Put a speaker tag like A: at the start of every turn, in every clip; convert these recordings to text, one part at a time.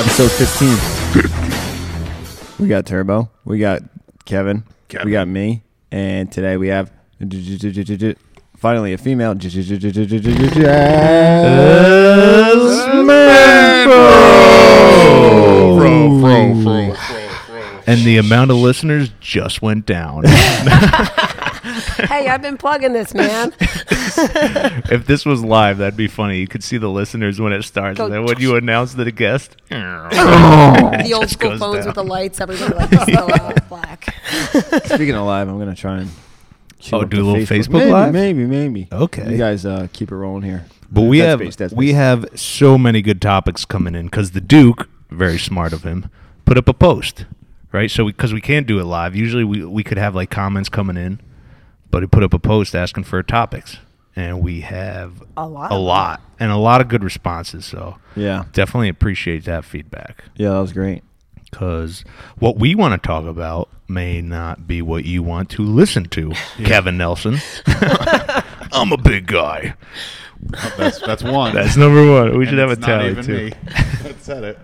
A: episode 15. We got Turbo. We got Kevin.
B: Kevin.
A: We got me. And today we have finally a female.
B: Fro, fro, fro, fro, fro.
C: and the amount of listeners just went down.
D: Hey, I've been plugging this, man.
C: if this was live, that'd be funny. You could see the listeners when it starts, and then when you announce the guest,
D: the old
C: just
D: school
C: goes
D: phones
C: down.
D: with the lights. Everybody like this little black.
A: Speaking of live, I'm going to try and.
C: Oh, do a little Facebook
A: maybe,
C: Live?
A: Maybe, maybe.
C: Okay.
A: You guys uh, keep it rolling here.
C: But we
A: That's
C: have
A: based, that's
C: we
A: based.
C: have so many good topics coming in because the Duke, very smart of him, put up a post, right? So because we, can't do it live, usually we we could have like comments coming in, but he put up a post asking for topics, and we have
D: A lot.
C: a lot, and a lot of good responses. So
A: Yeah.
C: definitely appreciate that feedback
A: Yeah, that was great.
C: because what we want to talk about may not be what you want to listen to, Kevin Nelson. I'm a big guy.
B: That's that's one.
C: That's number one. We
B: And
C: should have a
B: it's not
C: tally
B: even
C: too.
B: me that said it.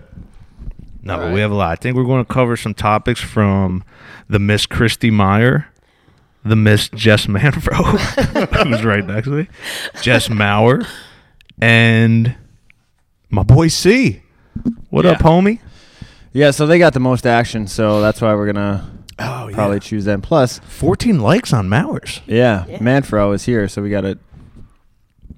C: No, but
B: All
C: we
B: right.
C: have a lot. I think we're going to cover some topics from the Miss Christy Meyer, the Miss Jess Manfro, who's right next to me, Jess Mauer, and my boy C. What up,
B: Yeah.
C: homie?
A: Yeah, so they got the most action, so that's why we're gonna
C: Oh, yeah.
A: probably choose them. Plus,
C: 14 likes on Mowers.
A: yeah,
D: Yeah.
A: Manfro is here, so we gotta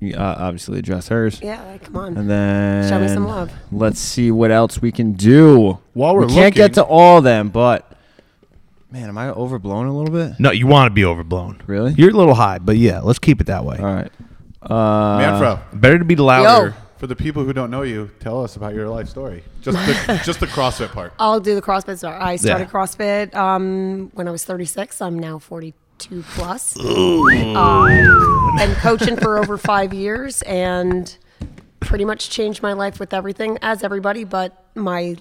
A: uh, obviously address hers.
D: Yeah, like, come on.
A: And then
D: Show me some love.
A: Let's see what else we can do.
B: While
A: we
B: we're
A: can't get
B: looking-
A: to all them, but man, am I overblown a little bit?
C: No, you want to be overblown.
A: Really?
C: You're a little high, but yeah, let's keep it that way.
A: all right. Uh,
B: Manfro,
C: Better to be louder.
D: Yo.
B: for the people who don't know you, tell us about your life story. Just the, just the CrossFit part.
D: I'll do the CrossFit star. I started
C: Yeah.
D: CrossFit um, when I was 36. I'm now 42 plus. Um, been coaching for over five years and pretty much changed my life with everything, as everybody, but my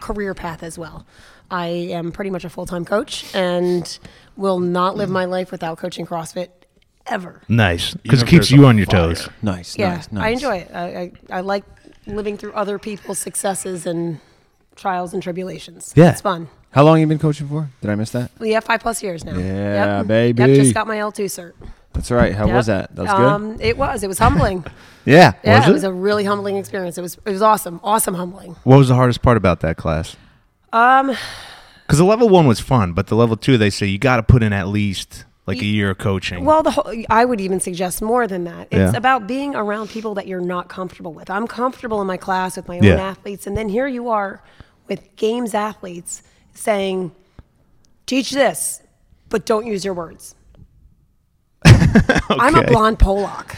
D: career path as well. I am pretty much a full time coach and will not live my life without coaching CrossFit ever.
C: Nice.
B: Even
C: Because it
B: if
C: keeps
B: there's
C: you
B: a
C: on your
B: fire.
C: toes.
A: Nice.
D: Yeah,
A: Nice. Nice.
D: I enjoy it. I, I, I like living through other people's successes and trials and tribulations.
C: Yeah.
D: It's fun.
A: How long you been coaching for? Did I miss that?
D: Well, yeah, five plus years now.
A: Yeah,
D: yep.
A: baby.
D: Yep, just got my L2 cert.
A: That's right. How was
D: Yep.
A: that? That was good.
D: Um, it was. It was humbling.
A: Yeah.
D: yeah,
C: Was
D: it?
C: it?
D: was a really humbling experience. It was. It was awesome. Awesome humbling.
C: What was the hardest part about that class? Um, because the level one was fun, but the level two, they say you got to put in at least like a year of coaching.
D: Well, the whole, I would even suggest more than that. It's
C: Yeah.
D: about being around people that you're not comfortable with. I'm comfortable in my class with my own
C: Yeah.
D: athletes, and then here you are with games athletes saying, "Teach this, but don't use your words." I'm a
C: Okay. Mm.
D: blonde Pollock.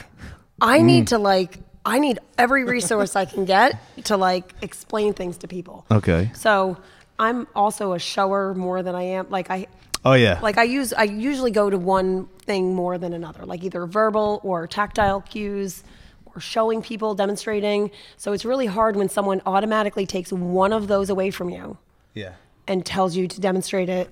D: I need to like. I need every resource I can get to like explain things to people.
C: okay.
D: So I'm also a shower more than I am. Like I
C: Oh yeah.
D: like I use I usually go to one thing more than another, like either verbal or tactile cues or showing people, demonstrating. So it's really hard when someone automatically takes one of those away from you
C: yeah.
D: and tells you to demonstrate it.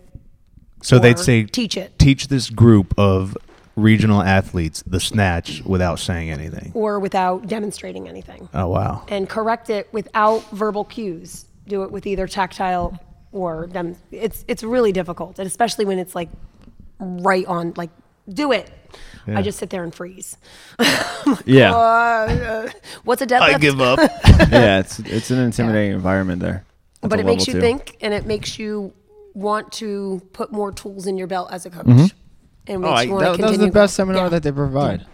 C: So they'd
D: or
C: say
D: teach it.
C: Teach this group of regional athletes the snatch without saying anything.
D: Or without demonstrating anything.
C: Oh wow.
D: and correct it without verbal cues. Do it with either tactile or them. It's it's really difficult, and especially when it's like right on. Like do it.
C: Yeah.
D: I just sit there and freeze.
A: Yeah.
D: What's a deadlift?
C: I give up.
A: yeah. It's it's an intimidating environment there. That's
D: but
A: a
D: it makes
A: level two.
D: you think, and it makes you want to put more tools in your belt as a coach. And it
A: Oh,
D: makes
A: I,
D: you
A: that,
D: wanna
A: that was the
D: continue
A: best
D: going.
A: seminar
D: Yeah.
A: that they provide.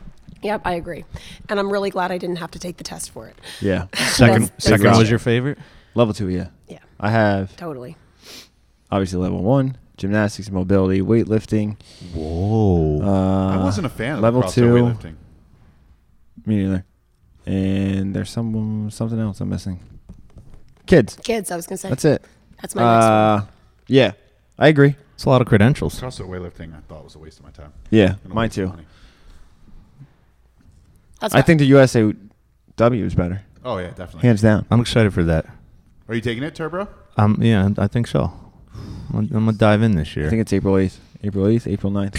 D: Yep, I agree, and I'm really glad I didn't have to take the test for it.
A: Yeah.
C: Second,
D: That's-
C: second
A: that's-
C: was your favorite.
A: level two, yeah.
D: Yeah,
A: I have
D: totally.
A: obviously level one, gymnastics, mobility, weightlifting.
C: Whoa.
B: I wasn't a fan of
A: Uh, level
B: CrossFit
A: two.
B: weightlifting.
A: Me neither. And there's some something else I'm missing. Kids.
D: Kids, I was gonna say
A: That's it.
D: That's my next one.
A: Uh, yeah, I agree.
C: It's a lot of credentials.
B: CrossFit weightlifting, I thought was a waste of my time.
A: Yeah,
B: And a
A: mine
B: waste of
A: too.
B: money.
D: That's
A: I
D: fine.
A: think the USA W is better,
B: Oh yeah, definitely.
A: hands down.
C: I'm excited for that.
B: Are you taking it, Turbo?
C: Um. Yeah, I think so. I'm, I'm gonna dive in this year.
A: I think it's April 8th. April 8th, April 9th.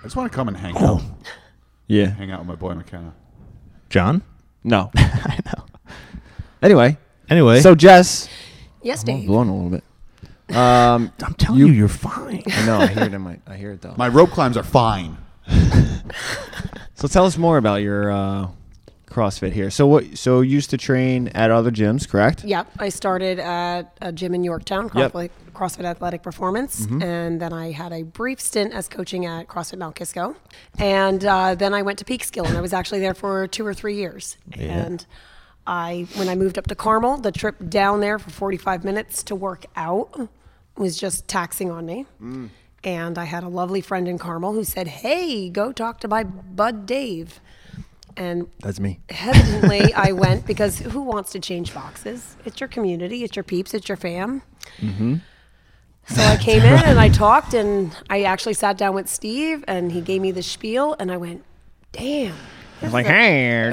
B: I just want to come and hang out,
A: Yeah.
B: hang out with my boy McKenna.
C: John.
A: No. I know. Anyway,
E: Anyway,
A: So Jess,
D: Yes,
A: I'm
D: Dave.
A: blown a little bit. Um,
E: I'm telling
A: you-
E: you, you, are fine.
A: I know. I hear it in my. I hear it though.
B: My rope climbs are fine.
A: so tell us more about your uh, CrossFit here. So what? So you used to train at other gyms, correct?
D: Yep, I started at a gym in Yorktown,
A: Yep.
D: CrossFit, CrossFit Athletic Performance, and then I had a brief stint as coaching at CrossFit Mount Kisco, and uh, then I went to Peekskill, and I was actually there for two or three years. And I, when I moved up to Carmel, the trip down there for 45 minutes to work out was just taxing on me. And I had a lovely friend in Carmel who said, "Hey, go talk to my bud Dave." And
A: That's me.
D: hesitantly I went because who wants to change boxes? It's your community, it's your peeps, it's your fam.
A: Mm-hmm.
D: So I came in and I talked, and I actually sat down with Steve, and he gave me the spiel, and I went, "Damn!"
A: I'm like, hey,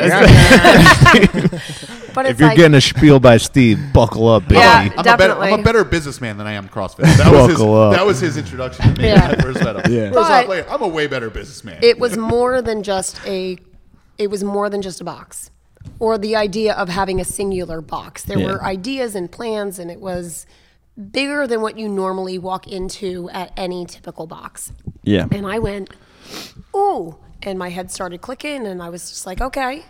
D: But
E: if
D: it's
E: you're
D: like,
E: getting a spiel by Steve, buckle up, baby.
D: Yeah.
B: I'm a, better, I'm
D: Definitely.
B: a better businessman than I am CrossFit. That was his,
E: Buckle up.
B: that was his introduction to me.
D: Yeah.
B: when I first met him.
A: Yeah.
B: First off,
D: But-
B: like, I'm a way better businessman.
D: it was more than just a, it was more than just a box, or the idea of having a singular box. There
A: Yeah.
D: were ideas and plans, and it was bigger than what you normally walk into at any typical box.
A: yeah.
D: And I went, ooh. And my head started clicking, and I was just like, okay,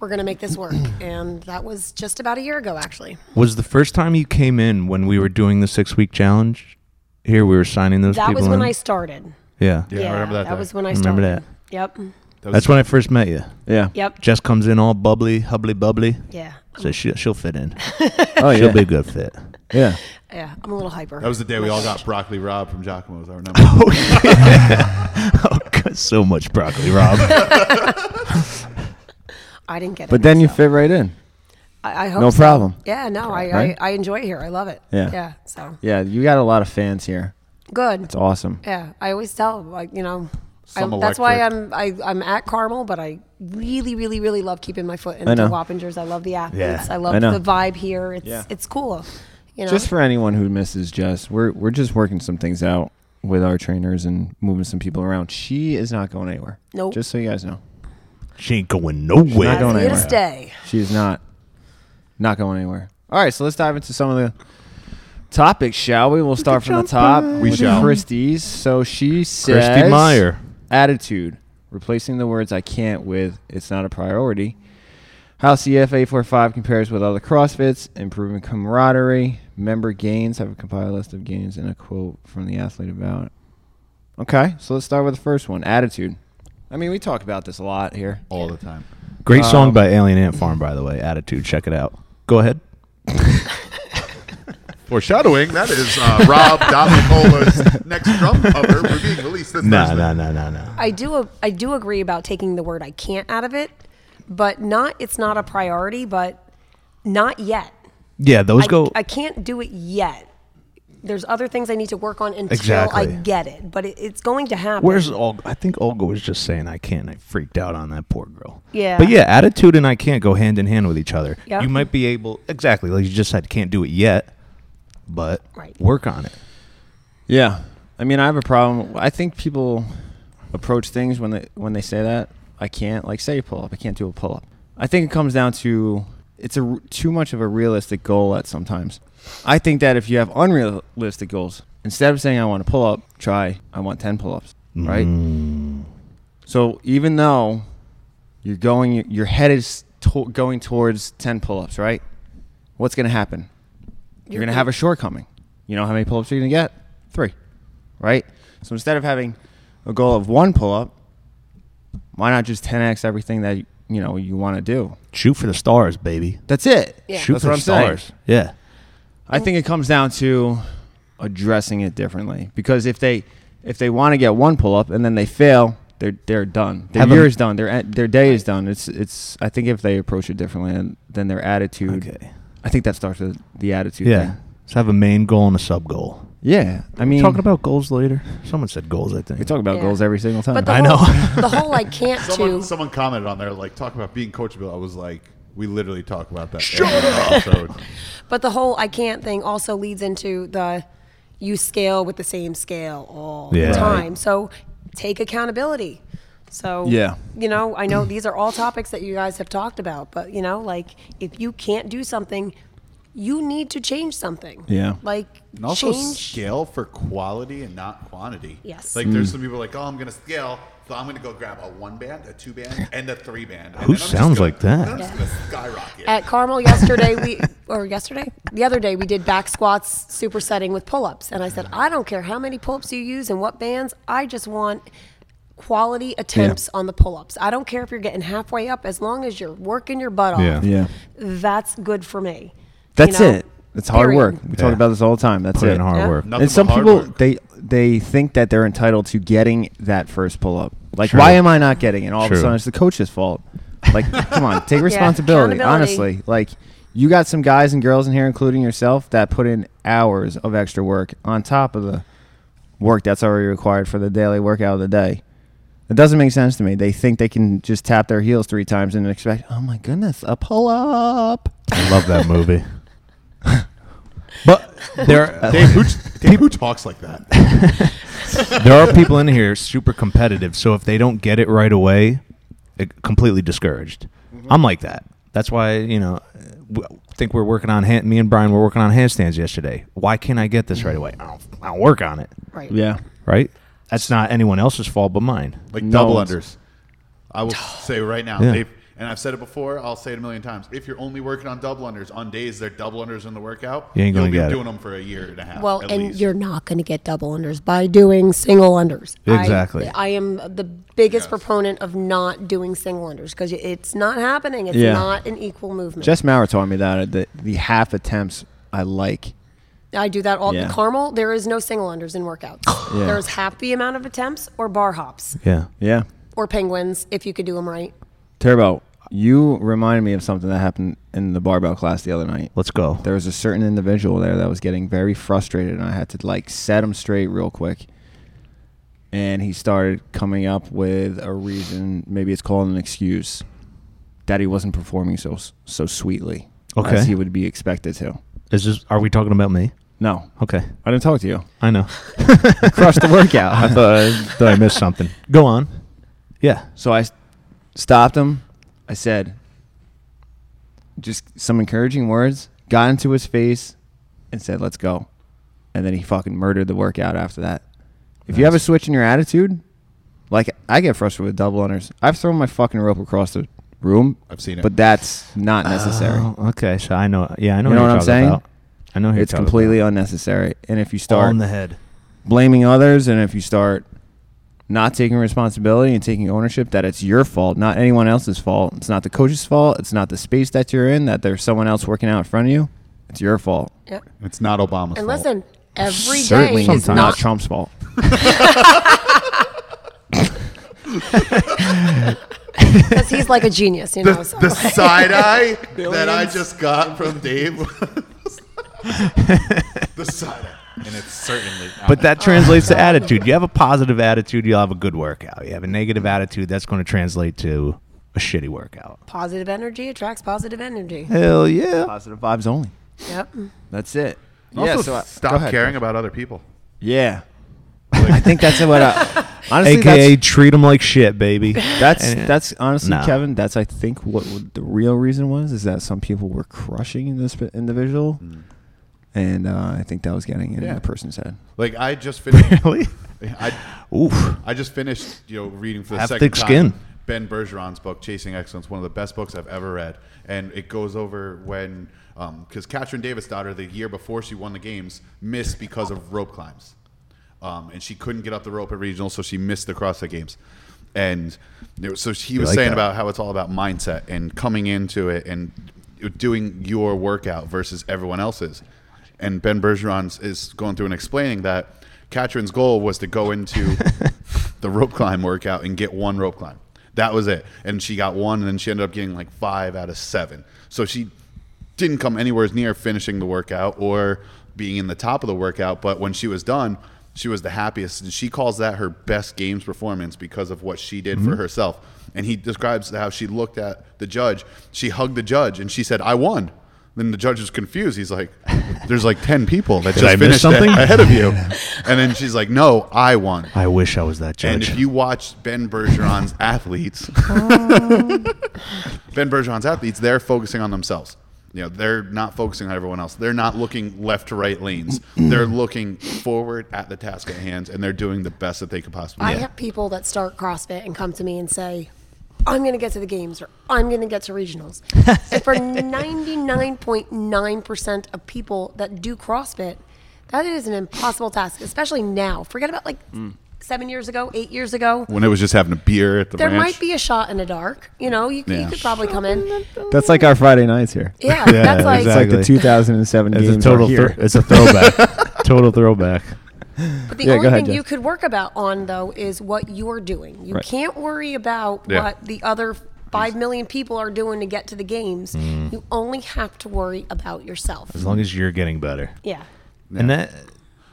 D: we're going to make this work. And that was just about a year ago, actually.
E: Was the first time you came in when we were doing the six week challenge? Here we were signing those
D: That
E: people
D: was when
E: in?
D: I started.
E: yeah.
B: Yeah, I remember that day.
D: was when I started.
E: Remember
D: Yep.
E: That's when I first met you.
A: Yeah.
D: Yep.
E: Jess comes in all bubbly, hubbly, bubbly.
D: Yeah.
E: So she, she'll fit in.
A: Oh yeah.
E: She'll be a good fit.
A: Yeah.
D: Yeah. I'm a little hyper.
B: That was the day we all got broccoli Rob from Giacomo's. I remember.
E: Oh, yeah. oh God, so much broccoli, Rob.
D: I didn't get it.
A: But then you fit right in.
D: I, I hope
A: no
D: so.
A: problem.
D: Yeah. No, I,
A: Right?
D: I, I enjoy it here. I love it.
A: Yeah.
D: Yeah. So
A: Yeah. You got a lot of fans here.
D: good.
A: It's awesome.
D: Yeah, I always tell like you know. I,
B: Some
D: that's why I'm
B: electric.
D: I, I'm at Carmel, but I really, really, really love keeping my foot in
A: I know.
D: the Wappingers. I love the athletes.
E: Yeah,
D: I love
A: I know.
D: the vibe here. It's
A: Yeah.
D: it's cool. You know,
A: Just for anyone who misses Jess, we're we're just working some things out with our trainers and moving some people around. She is not going anywhere.
D: Nope.
A: Just so you guys know,
E: She ain't going nowhere.
A: not
D: I'm
A: going
D: here to
A: anywhere.
D: stay.
A: she is not not going anywhere. All right, so let's dive into some of the topics, shall we? We'll start from the top.
B: We
A: with
B: shall.
A: Christie's. So she says
E: Christy Meyer.
A: attitude, replacing the words I can't with it's not a priority. How CF845 compares with other CrossFits, improving camaraderie, member gains, have a compiled list of gains, and a quote from the athlete about it. Okay, so let's start with the first one attitude. I mean, we talk about this a lot here.
B: all the time.
E: Great song by Alien Ant Farm, by the way. Attitude, check it out. Go ahead.
B: Foreshadowing. That is uh, Rob Dominicola's next drum cover. We're being released this
E: No,
B: Thursday.
E: no, no, no, no.
D: I do I do agree about taking the word I can't out of it, but not it's not a priority, but not yet.
E: Yeah, those
D: I,
E: go.
D: I can't do it yet. There's other things I need to work on until I
E: Exactly.
D: get it, but it, it's going to happen.
E: Where's Olga? I think Olga was just saying I can't. I freaked out on that poor girl.
D: Yeah.
E: But yeah, attitude and I can't go hand in hand with each other.
D: Yep.
E: You might be able, exactly, like you just said, can't do it yet, but
D: Right.
E: work on it.
A: Yeah, I mean, I have a problem. I think people approach things when they when they say that I can't, like, say a pull up. I can't do a pull up. I think it comes down to it's a r- too much of a realistic goal at sometimes. I think that if you have unrealistic goals, instead of saying I want to pull up, try I want ten pull ups. Right. So even though you're going, your head is to- going towards ten pull ups, right? What's going to happen? you're going to have a shortcoming. You know how many pull ups you're going to get? Three, right? So instead of having a goal of one pull up, why not just 10x everything that you know you want to do?
E: Shoot for the stars, baby.
A: That's it.
D: Yeah.
E: Shoot
A: That's
E: for
A: what
E: the
A: I'm saying.
E: stars. Yeah.
A: I think it comes down to addressing it differently because if they if they want to get one pull up and then they fail, they're they're done. Their
E: Have
A: year
E: them-
A: is done. Their their day is done. It's it's. I think if they approach it differently, then their attitude.
E: Okay.
A: I think that starts with the attitude.
E: Yeah.
A: thing.
E: Let's have a main goal and a sub goal.
A: Yeah. I mean,
E: talking about goals later. Someone said goals, I think.
A: we talk about
D: Yeah.
A: goals every single time.
D: But the
E: I
D: whole,
E: know.
D: the whole I can't
B: Someone,
D: to.
B: someone commented on there, like, talk about being coachable. I was like, we literally talk about that. Shut episode.
D: But the whole I can't thing also leads into the you scale with the same scale all
E: Yeah.
D: the
E: Right.
D: time. So take accountability. So
A: Yeah.
D: you know, I know these are all topics that you guys have talked about, but you know, like if you can't do something, you need to change something.
A: Yeah.
D: Like
B: And also
D: change.
B: scale for quality and not quantity.
D: Yes.
B: Like
E: Mm.
B: there's some people like, oh, I'm gonna scale, so I'm gonna go grab a one band, a two band, and a three band. And
E: Who
B: then I'm just
E: sounds
B: gonna-
E: like that?
B: then I'm just gonna skyrocket.
D: At Carmel yesterday, we or yesterday, the other day, we did back squats supersetting with pull-ups, and I said, I don't care how many pull-ups you use and what bands, I just want quality attempts on the pull-ups. I don't care if you're getting halfway up, as long as you're working your butt off.
E: Yeah.
A: Yeah.
D: That's good for me. you
A: That's
D: know?
A: it. It's hard
D: Period.
A: work. We
E: Yeah.
A: talk about this all the time. That's
E: Put
A: it.
E: in hard
D: Yeah.
E: work.
B: Nothing
A: and some
B: but hard
A: people
B: work.
A: they they think that they're entitled to getting that first pull up. Like,
E: True.
A: why am I not getting it? All
E: True.
A: of a sudden, it's the coach's fault. Like, come on, take responsibility.
D: accountability.
A: honestly, like you got some guys and girls in here, including yourself, that put in hours of extra work on top of the work that's already required for the daily workout of the day. It doesn't make sense to me. They think they can just tap their heels three times and expect, oh my goodness, a pull up.
E: I love that movie.
A: But
E: There,
B: Dave, who, Dave, who talks like that?
E: there are people in here super competitive. So if they don't get it right away, it completely discouraged. I'm like that. That's why you know, w- think we're working on hand, me and Brian were working on handstands yesterday. Why can't I get this right away? I don't, I don't work on it.
D: Right.
A: yeah,
E: Right. That's not anyone else's fault but mine.
B: Like
A: No,
B: double
A: it's-
B: unders. I will say right now,
E: Yeah.
B: Dave, and I've said it before, I'll say it a million times. If you're only working on double unders on days they're double unders in the workout,
E: You ain't gonna
B: will be
E: get it.
B: doing them for a year and a half.
D: Well,
B: at
D: and
B: least.
D: you're not going to get double unders by doing single unders. I-
E: Exactly.
D: I, am the biggest
B: Yes.
D: proponent of not doing single unders because it's not happening. It's
A: Yeah.
D: not an equal movement.
A: Jess Maurer taught me that uh, the, the half attempts I like.
D: I do that all.
A: Yeah.
D: Carmel, there is no single unders in workouts.
A: Yeah.
D: There's half the amount of attempts or bar hops
E: Yeah.
A: Yeah.
D: or penguins if you could do them right.
A: Turbo, you remind me of something that happened in the barbell class the other night.
E: Let's go.
A: There was a certain individual there that was getting very frustrated, and I had to like set him straight real quick. And he started coming up with a reason, maybe it's called an excuse, that he wasn't performing so so sweetly
E: Okay.
A: as he would be expected to.
E: Is this? Are we talking about me?
A: No,
E: Okay.
A: I didn't talk to you.
E: I know.
A: You crushed the workout.
E: I thought I, thought I missed something. Go on. Yeah.
A: So I s- stopped him. I said just some encouraging words, got into his face, and said, let's go. And then he fucking murdered the workout after that. If you
E: Nice.
A: have a switch in your attitude, like I get frustrated with double unders. I've thrown my fucking rope across the room.
B: I've seen it.
A: But that's not necessary.
E: Oh, okay. So I know. Yeah, I know.
A: You know
E: you're
A: what I'm
E: talking
A: saying?
E: About. I know. who you're
A: it's
E: talking
A: completely
E: about.
A: unnecessary. And if you
E: All
A: start
E: in the head.
A: blaming others and if you start not taking responsibility and taking ownership that it's your fault not anyone else's fault it's not the coach's fault it's not the space that you're in that there's someone else working out in front of you it's your fault
D: Yeah.
B: it's not Obama's
D: And
B: fault.
D: listen, every day
A: certainly
D: is
A: it's not,
D: not.
A: trump's fault
D: Because he's like a genius, you know.
B: the,
D: so-
B: the side eye that I
D: Billions.
B: just got from Dave. the side eye, and it's certainly. Not
E: But that translates to attitude. You have a positive attitude, you'll have a good workout. You have a negative attitude, that's going to translate to a shitty workout.
D: positive energy attracts positive energy.
E: Hell yeah.
A: positive vibes only
D: Yep.
A: that's it
B: also,
A: yeah
E: uh,
A: so I-
B: stop
A: go ahead.
B: caring about other people.
A: yeah i think that's what i honestly
E: AKA treat them like shit, baby.
A: that's
E: And-
A: that's, that's honestly
E: No.
A: kevin that's i think what w- the real reason was is that some people were crushing this p- individual
C: Mm.
A: and uh, i think that was getting in
B: Yeah.
A: the person's head
B: Like I just finished.
E: really.
B: I,
E: Oof.
B: I just finished, you know, reading for the
E: Have
B: second
E: thick
B: time
E: skin.
B: Ben Bergeron's book, Chasing Excellence, one of the best books I've ever read, and it goes over when because Katrin Davis' daughter, the year before she won the games, missed because of rope climbs, um, and she couldn't get up the rope at regional, so she missed the CrossFit Games, and there was- so he was
E: like
B: saying
E: that.
B: about how it's all about mindset and coming into it and doing your workout versus everyone else's. And Ben Bergeron is going through and explaining that Katrin's goal was to go into the rope climb workout and get one rope climb. That was it. And she got one, and then she ended up getting like five out of seven. So she didn't come anywhere near finishing the workout or being in the top of the workout. But when she was done, she was the happiest. And she calls that her best games performance because of what she did
E: Mm-hmm.
B: for herself. And he describes how she looked at the judge. She hugged the judge and she said, I won. Then the judge was confused. He's like, There's like 10 people that just
E: I miss
B: finished something?
E: something?
B: ahead of you. And then she's like, No, I won.
E: I wish I was that
B: And
E: judge.
B: if you watch Ben Bergeron's athletes, Ben Bergeron's athletes, they're focusing on themselves. You know, they're not focusing on everyone else. They're not looking left to right lanes. they're looking forward at the task at hand, and they're doing the best that they could possibly.
D: I
B: do.
D: have people that start CrossFit and come to me and say, I'm going to get to the games or I'm going to get to regionals. and for 99.9% of people that do CrossFit, that is an impossible task, especially now. Forget about like seven years ago, eight years ago.
B: When it was just having a beer at the
D: There
B: ranch.
D: might be a shot in the dark. You know, you,
B: Yeah.
D: you could probably come in.
A: That's like our Friday nights here.
D: Yeah, that's like,
A: It's like the
C: Exactly.
A: 2007
C: It's a
A: games
C: total.
A: are here.
C: Thro- it's a throwback. total throwback.
D: but the
A: Yeah,
D: only
A: go ahead,
D: thing
A: Jeff.
D: you could work about on though is what you're doing. You
A: Right.
D: can't worry about
B: Yeah.
D: what the other five million people are doing to get to the games.
A: Hmm.
D: You only have to worry about yourself.
C: As long as you're getting better,
D: Yeah.
C: and that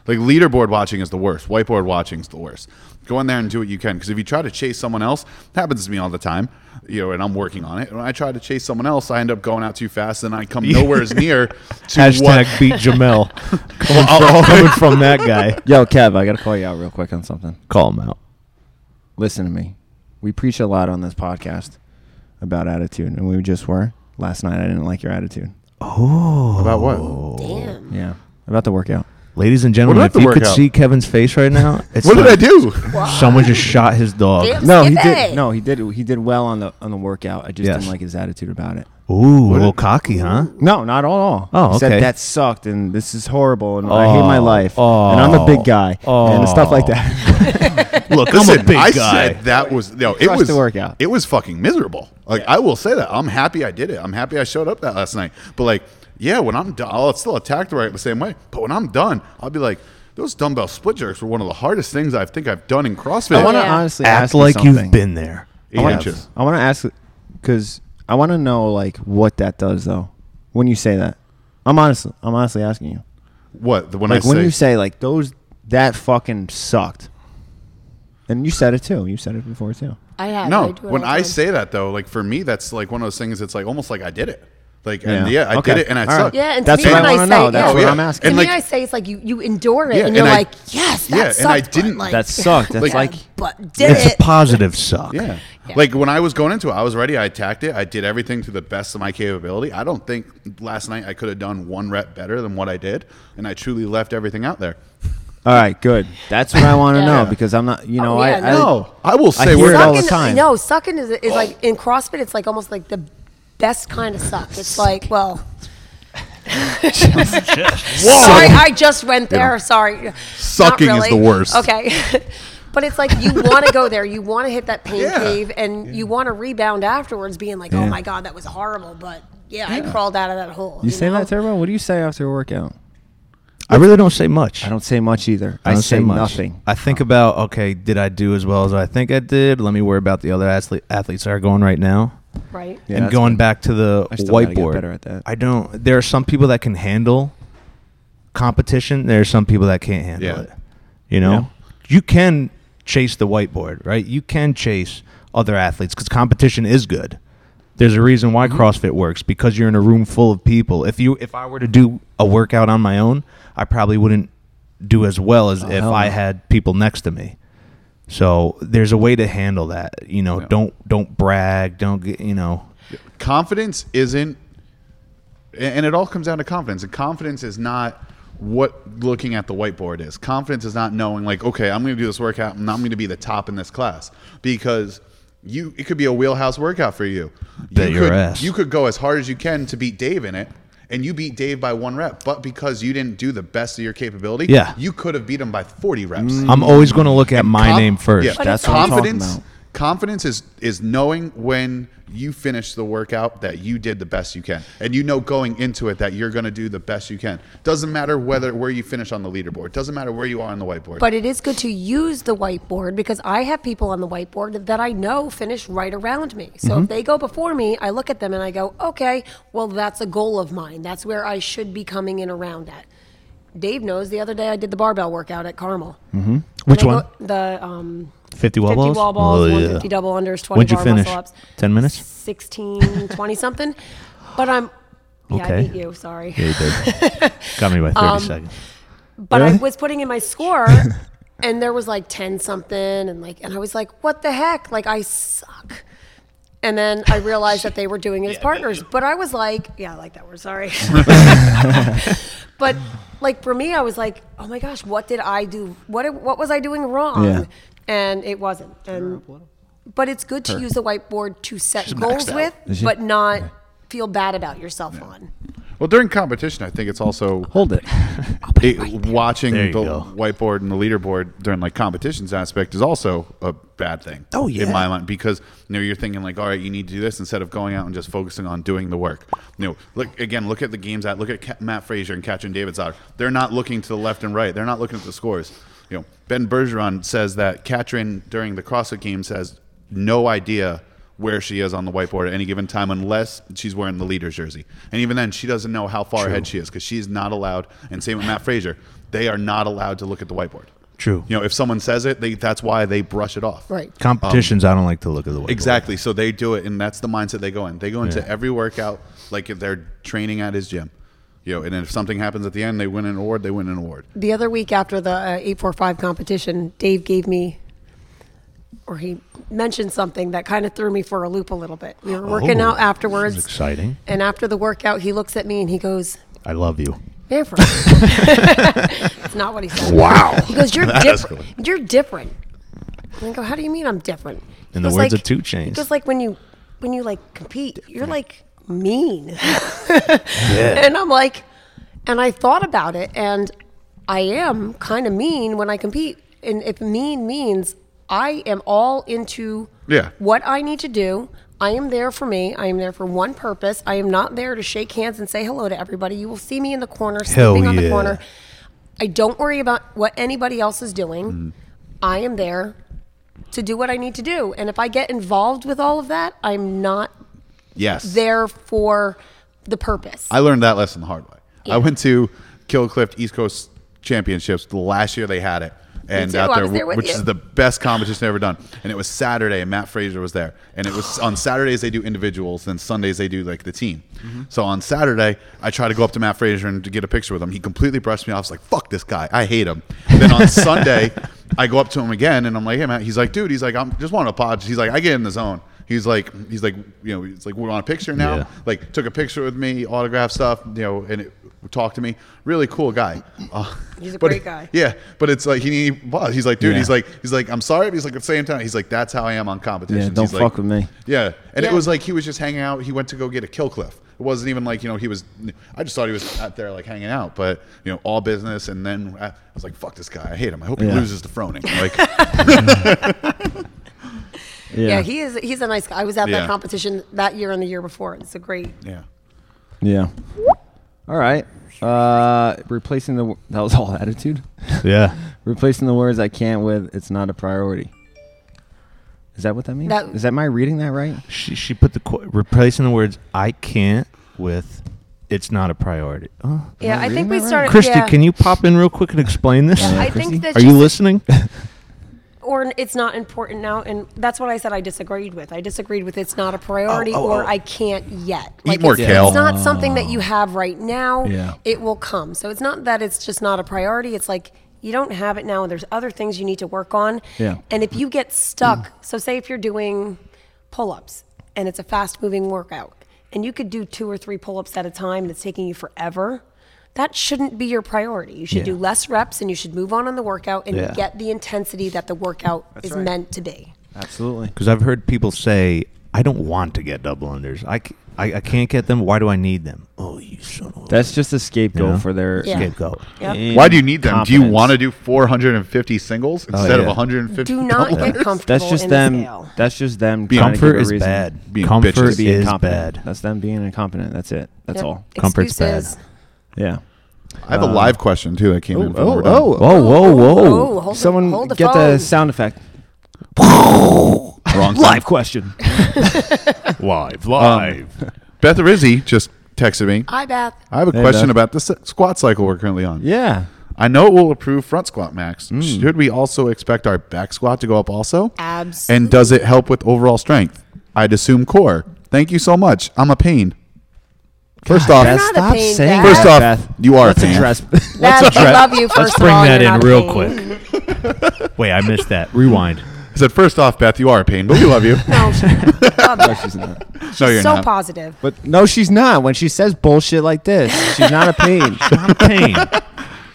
B: Like leaderboard watching is the worst. Whiteboard watching is the worst. Go in there and do what you can. Because if you try to chase someone else, it happens to me all the time. You know, and I'm working on it. When I try to chase someone else, I end up going out too fast, and I come nowhere as near to
C: hashtag
B: what. Oh.
C: beat Jamel coming, from, coming from that guy.
A: Yo, Kev, I got to call you out real quick on something.
C: Call him out.
A: Listen to me. We preach a lot on this podcast about attitude, and we just were. Last night, I didn't like your attitude.
B: About what?
C: Oh,
D: Damn.
A: Yeah. About the workout.
C: Ladies and gentlemen,
B: What
C: if
B: about
C: you
B: the
C: could
B: workout?
C: see Kevin's face right now, it's
B: What did I
C: like
B: do?
C: Someone just shot his dog.
D: Damn
A: No, he
D: Skip
A: did.
D: A.
A: No, he did. He did well on the on the workout. I just
C: Yes.
A: didn't like his attitude about it.
C: Ooh, a little cocky, huh?
A: No, not at all.
C: Oh,
A: He
C: okay.
A: said that sucked, and this is horrible, and I hate my
C: Oh,
A: life, and I'm a big guy, and stuff like that.
C: Look, I'm a
B: Listen,
C: big
B: I
C: guy.
B: said that was no. It
A: Crushed
B: was
A: the workout.
B: It was fucking miserable. Like I will say that. I'm happy I did it. I'm happy I showed up that last night. But like, yeah, when I'm done, I'll still attack the right the same way. But when I'm done, I'll be like, those dumbbell split jerks were one of the hardest things I think I've done in CrossFit.
A: I want to
D: Yeah.
A: honestly ask
C: Act
A: you
C: like
A: something.
C: you've been there.
A: I wanna-
B: Eight inches.
A: I want to ask because I want to know like what that does though when you say that. I'm honestly, I'm honestly asking you.
B: What? The when
A: Like
B: I
A: when
B: say,
A: you say like those that fucking sucked, and you said it too. You said it before too.
D: I have.
B: no.
D: do it
B: when
D: all the
B: I
D: time.
B: say that though, like for me, that's like one of those things. It's like almost like I did it. Like and
A: Yeah.
B: yeah, I
A: Okay.
B: did it and I
A: All right.
B: sucked.
D: Yeah, and
A: That's
D: to me
A: what I
D: when I,
A: wanna
D: say,
A: know. That's
D: yeah,
A: what
B: Oh, yeah.
A: I'm
D: to
A: asking.
B: And,
D: me
B: like-
D: I say it's like you, you endure it
B: Yeah,
D: and you're
B: and I-
D: like, yes, that
B: Yeah, and
D: sucked,
B: I
D: but,
B: didn't-
D: like,
A: That sucked. That's
B: Like-
A: like
D: but did
C: it's
D: it.
C: a positive suck.
B: Yeah. Like when I was going into it, I was ready. I attacked it. I did everything to the best of my capability. I don't think last night I could have done one rep better than what I did. And I truly left everything out there.
A: all right, good. That's what I want to
D: Yeah.
A: know because I'm not. You know,
D: Oh, yeah,
A: I, I
B: No, I will
A: I
B: say
A: hear
B: we're
A: it all the
D: Sucking-
A: time.
D: No, sucking is, is like in CrossFit. It's like almost like the best kind of suck. It's like, well, sorry, I just went there. Sorry, Not
B: Sucking is
D: really.
B: the worst.
D: Okay, but it's like you want to go there. You want to hit that pain
B: Yeah.
D: cave, and you want to rebound afterwards, being like, oh my god, that was horrible, but. Yeah, I crawled out of that hole.
A: You say
D: know?
A: that, Turbo? What do you say after a workout?
C: I really don't say much.
A: I don't say much either. I,
C: I don't
A: say,
C: much.
A: nothing.
C: I think about okay, did I do as well as I think I did? Let me worry about the other athlete, athletes that are going right now,
D: right?
A: Yeah,
C: and
A: that's
C: going
A: good.
C: back to the
A: I still gotta get
C: whiteboard.
A: better at that.
C: I don't. There are some people that can handle competition. There are some people that can't handle
B: Yeah.
C: it. You know,
A: Yeah.
C: you can chase the whiteboard, right? You can chase other athletes because competition is good. There's a reason
A: Mm-hmm.
C: why CrossFit works because you're in a room full of people. If you if I were to do a workout on my own, I probably wouldn't do as well as if
A: Oh, hell
C: I
A: no.
C: had people next to me. So there's a way to handle that. You know,
B: Yeah.
C: don't don't brag, don't get, you know.
B: confidence isn't and it all comes down to confidence and confidence is not what looking at the whiteboard is confidence is not knowing like okay i'm going to do this workout and i'm going to be the top in this class because you it could be a wheelhouse workout for you
C: Bet
B: you
C: your
B: could,
C: ass.
B: you could go as hard as you can to beat dave in it and you beat dave by one rep but because you didn't do the best of your capability
C: Yeah. Mm,
B: you could have beat him by 40 reps
C: I'm always going to look at my
B: Conf-
C: name first.
B: yeah,
D: But That's it's what I'm talking
B: confidence.
A: about.
B: Confidence is is knowing when you finish the workout that you did the best you can, and you know going into it that you're going to do the best you can. Doesn't matter whether where you finish on the leaderboard. Doesn't matter where you are on the whiteboard.
D: But it is good to use the whiteboard because I have people on the whiteboard that I know finish right around me. So
C: Mm-hmm.
D: if they go before me, I look at them and I go, okay, well, that's a goal of mine. That's where I should be coming in around at. Dave knows the other day I did the barbell workout at Carmel. Mm-hmm.
C: Which one?
D: the um,
C: 50 wall
D: 50
C: balls.
D: wall balls,
C: Oh, yeah.
D: 150 double unders, 20
C: When'd you
D: bar
C: finish?
D: muscle ups,
C: 10 minutes?
D: 16, 20 something. But I'm, yeah,
C: Okay.
D: I beat you, sorry.
C: Yeah, you did. Got me by 30
D: Um,
C: seconds.
D: but I
C: Really?
D: was putting in my score and there was like 10 something and like and I was like what the heck like I suck And then I realized that they were doing it as partners. But I was like, yeah, I like that word, sorry. but like for me, I was like, oh my gosh, what did I do? What, what was I doing wrong?
A: Yeah.
D: And it wasn't. And, but it's good to use the whiteboard to set goals with,
A: she?
D: but not feel bad about yourself on.
B: Well, during competition, I think it's also
A: Hold it.
B: it, watching
C: There
B: the
C: you go.
B: whiteboard and the leaderboard during like competitions aspect is also a bad thing.
C: Oh,
B: in
C: yeah.
B: my mind because you know you're thinking like, all right, you need to do this instead of going out and just focusing on doing the work. You know, look again, look at the games out. Look at Ca- Matt Frazier and Katrin David's out. They're not looking to the left and right. They're not looking at the scores. You know, Ben Bergeron says that Katrin during the CrossFit Games has no idea where she is on the whiteboard at any given time unless she's wearing the leader's jersey. And even then, she doesn't know how far ahead she is because she's not allowed. And same with Matt Frazier, they are not allowed to look at the whiteboard.
C: True.
B: You know, if someone says it, they, that's why they brush it off.
D: Right.
C: Competitions, I don't like to look at the whiteboard.
B: Exactly. So they do it, and that's the mindset they go in. They go into every workout like if they're training at his gym. You know, and then if something happens at the end, they win an award. They win an award.
D: the other week after the uh, 845 competition, Dave gave me or he mentioned something that kind of threw me for a loop a little bit. We were working
C: Oh,
D: out afterwards.
C: this is exciting.
D: And after the workout, he looks at me and he goes,
C: I love you.
D: Manfred. it's not what he said.
C: Wow.
D: He goes, You're
C: is
D: different. You're different. And I go, How do you mean I'm different? He
C: In the
D: goes,
C: words of 2 Chainz.
D: Because like when you when you like compete, you're like mean. And I'm like and I thought about it and I am kind of mean when I compete. And if mean means I am all into
B: Yeah.
D: what I need to do. I am there for me. I am there for one purpose. I am not there to shake hands and say hello to everybody. You will see me in the corner,
C: Hell
D: sleeping on the
C: yeah.
D: corner. I don't worry about what anybody else is doing.
C: Mm.
D: I am there to do what I need to do. And if I get involved with all of that, I'm not
B: Yes.
D: there for the purpose.
B: I learned that lesson the hard way. I went to Killclift East Coast Championships the last year they had it. And
D: too.
B: out
D: I
B: there,
D: was there with
B: which
D: you.
B: is the best competition ever done. And it was Saturday, and Matt Fraser was there. And it was on Saturdays they do individuals, then Sundays they do like the team.
D: Mm-hmm.
B: So on Saturday, I try to go up to Matt Fraser and to get a picture with him. He completely brushed me off. I was like, fuck this guy. I hate him. Then on Sunday, I go up to him again and I'm like, hey, Matt. He's like, dude, he's like, I'm just wanting a pod. He's like, I get in the zone. He's like, he's like, you know, he's like, we want a picture now
C: Yeah.
B: like took a picture with me, autograph stuff, you know, and it, talked to me. Really cool guy. Uh,
D: He's a great guy.
B: Yeah, but it's like he, he was. He's like, dude.
A: Yeah.
B: He's like, he's like, I'm sorry, but he's like, at the same time, he's like, that's how I am on competitions.
A: Yeah, don't
B: He's like-
A: fuck with me.
B: Yeah, and it
D: Yeah.
B: was like he was just hanging out. He went to go get a kill cliff. It wasn't even like you know he was. I just thought he was out there like hanging out, but you know all business. And then I, I was like, fuck this guy. I hate him. I hope he
A: Yeah.
B: loses to Froning. Like,
A: Yeah.
D: yeah, he is. He's a nice guy. I was at
B: Yeah.
D: that competition that year and the year before. It's a great.
B: yeah.
A: Yeah. All right. Uh, replacing the w- that was all attitude.
C: Yeah.
A: replacing the words I can't with it's not a priority. Is that what that means?
D: That-
A: Is that my reading that right?
C: She she put the qu- replacing the words I can't with it's not a priority. Oh.
D: Yeah, I
A: reading
D: think we
A: that right?
D: started.
C: Christy,
D: yeah.
C: can you pop in real quick and explain this?
D: I think that
C: Are
D: she
C: you
D: said-
C: listening?
D: or it's not important now and that's what i said i disagreed with i disagreed with it's not a priority or i can't yet like
B: more
D: it's,
B: kale.
D: it's not something that you have right now
A: Yeah.
D: it will come so it's not that it's just not a priority it's like you don't have it now and there's other things you need to work on
A: Yeah.
D: and if you get stuck so say if you're doing pull-ups and it's a fast moving workout and you could do two or three pull-ups at a time and it's taking you forever that shouldn't be your priority you should do less reps and you should move on in the workout and
C: Yeah.
D: get the intensity that the workout is meant to be.
A: Absolutely.
C: Because I've heard people say I don't want to get double unders. I, c- I- I can't get them. Why do I need them? Oh, you son of a
A: That's just a scapegoat
C: Yeah.
A: for their.
D: Yeah.
C: scapegoat.
D: Yep.
B: Why do you need them? Do you
A: incompetence.
B: want to do 450 singles
A: Oh,
B: instead of
C: yeah.
B: 150?
D: Do not get comfortable
A: That's just
D: in
A: them.
D: the scale.
A: That's just them.
B: Being
A: trying to give
C: Comfort
A: a
C: is
A: reason
C: bad.
B: Being bitches.
C: Comfort
A: To be
C: is
A: incompetent.
C: bad.
A: That's them being incompetent. That's it. That's
D: Yep.
A: all.
C: Comfort's bad.
D: Excuses.
A: Yeah.
B: I
A: Um,
B: have a live question too that came
A: oh,
B: in. before
D: oh,
B: we're done.
A: Whoa! Whoa!
D: whoa,
A: Whoa!
D: whoa, oh, hold the-
A: Someone
D: hold the
A: get the
D: phone.
A: sound effect.
B: wrong time.
A: Live question.
C: Live, live.
B: Beth Rizzi just texted me.
D: Hi, Beth.
B: I have a
A: Hey,
B: question
A: Beth.
B: about the s- squat cycle we're currently on.
A: Yeah.
B: I know it will improve front squat max. Should we also expect our back squat to go up also?
D: Abs.
B: And does it help with overall strength? I'd assume core. Thank you so much. I'm a pain. First
D: You're
B: off,
D: not a
A: stop
D: pain,
A: saying
D: Beth.
B: first off,
A: Beth,
B: you are
A: let's
B: a pain.
A: address.
D: Beth, we love you.
C: Let's
D: First of
C: bring
D: all,
C: that
D: you're
C: in
D: not
C: real
D: paying.
C: quick. Wait, I missed that. Rewind.
B: I said, first off, Beth, you are a pain, but we love you.
D: No, she- God,
A: No,
D: that's
A: she's not.
B: no, Oh, you're
D: so
B: not.
D: positive.
A: But no, she's not. When she says bullshit like this, she's not a pain.
E: I'm a pain.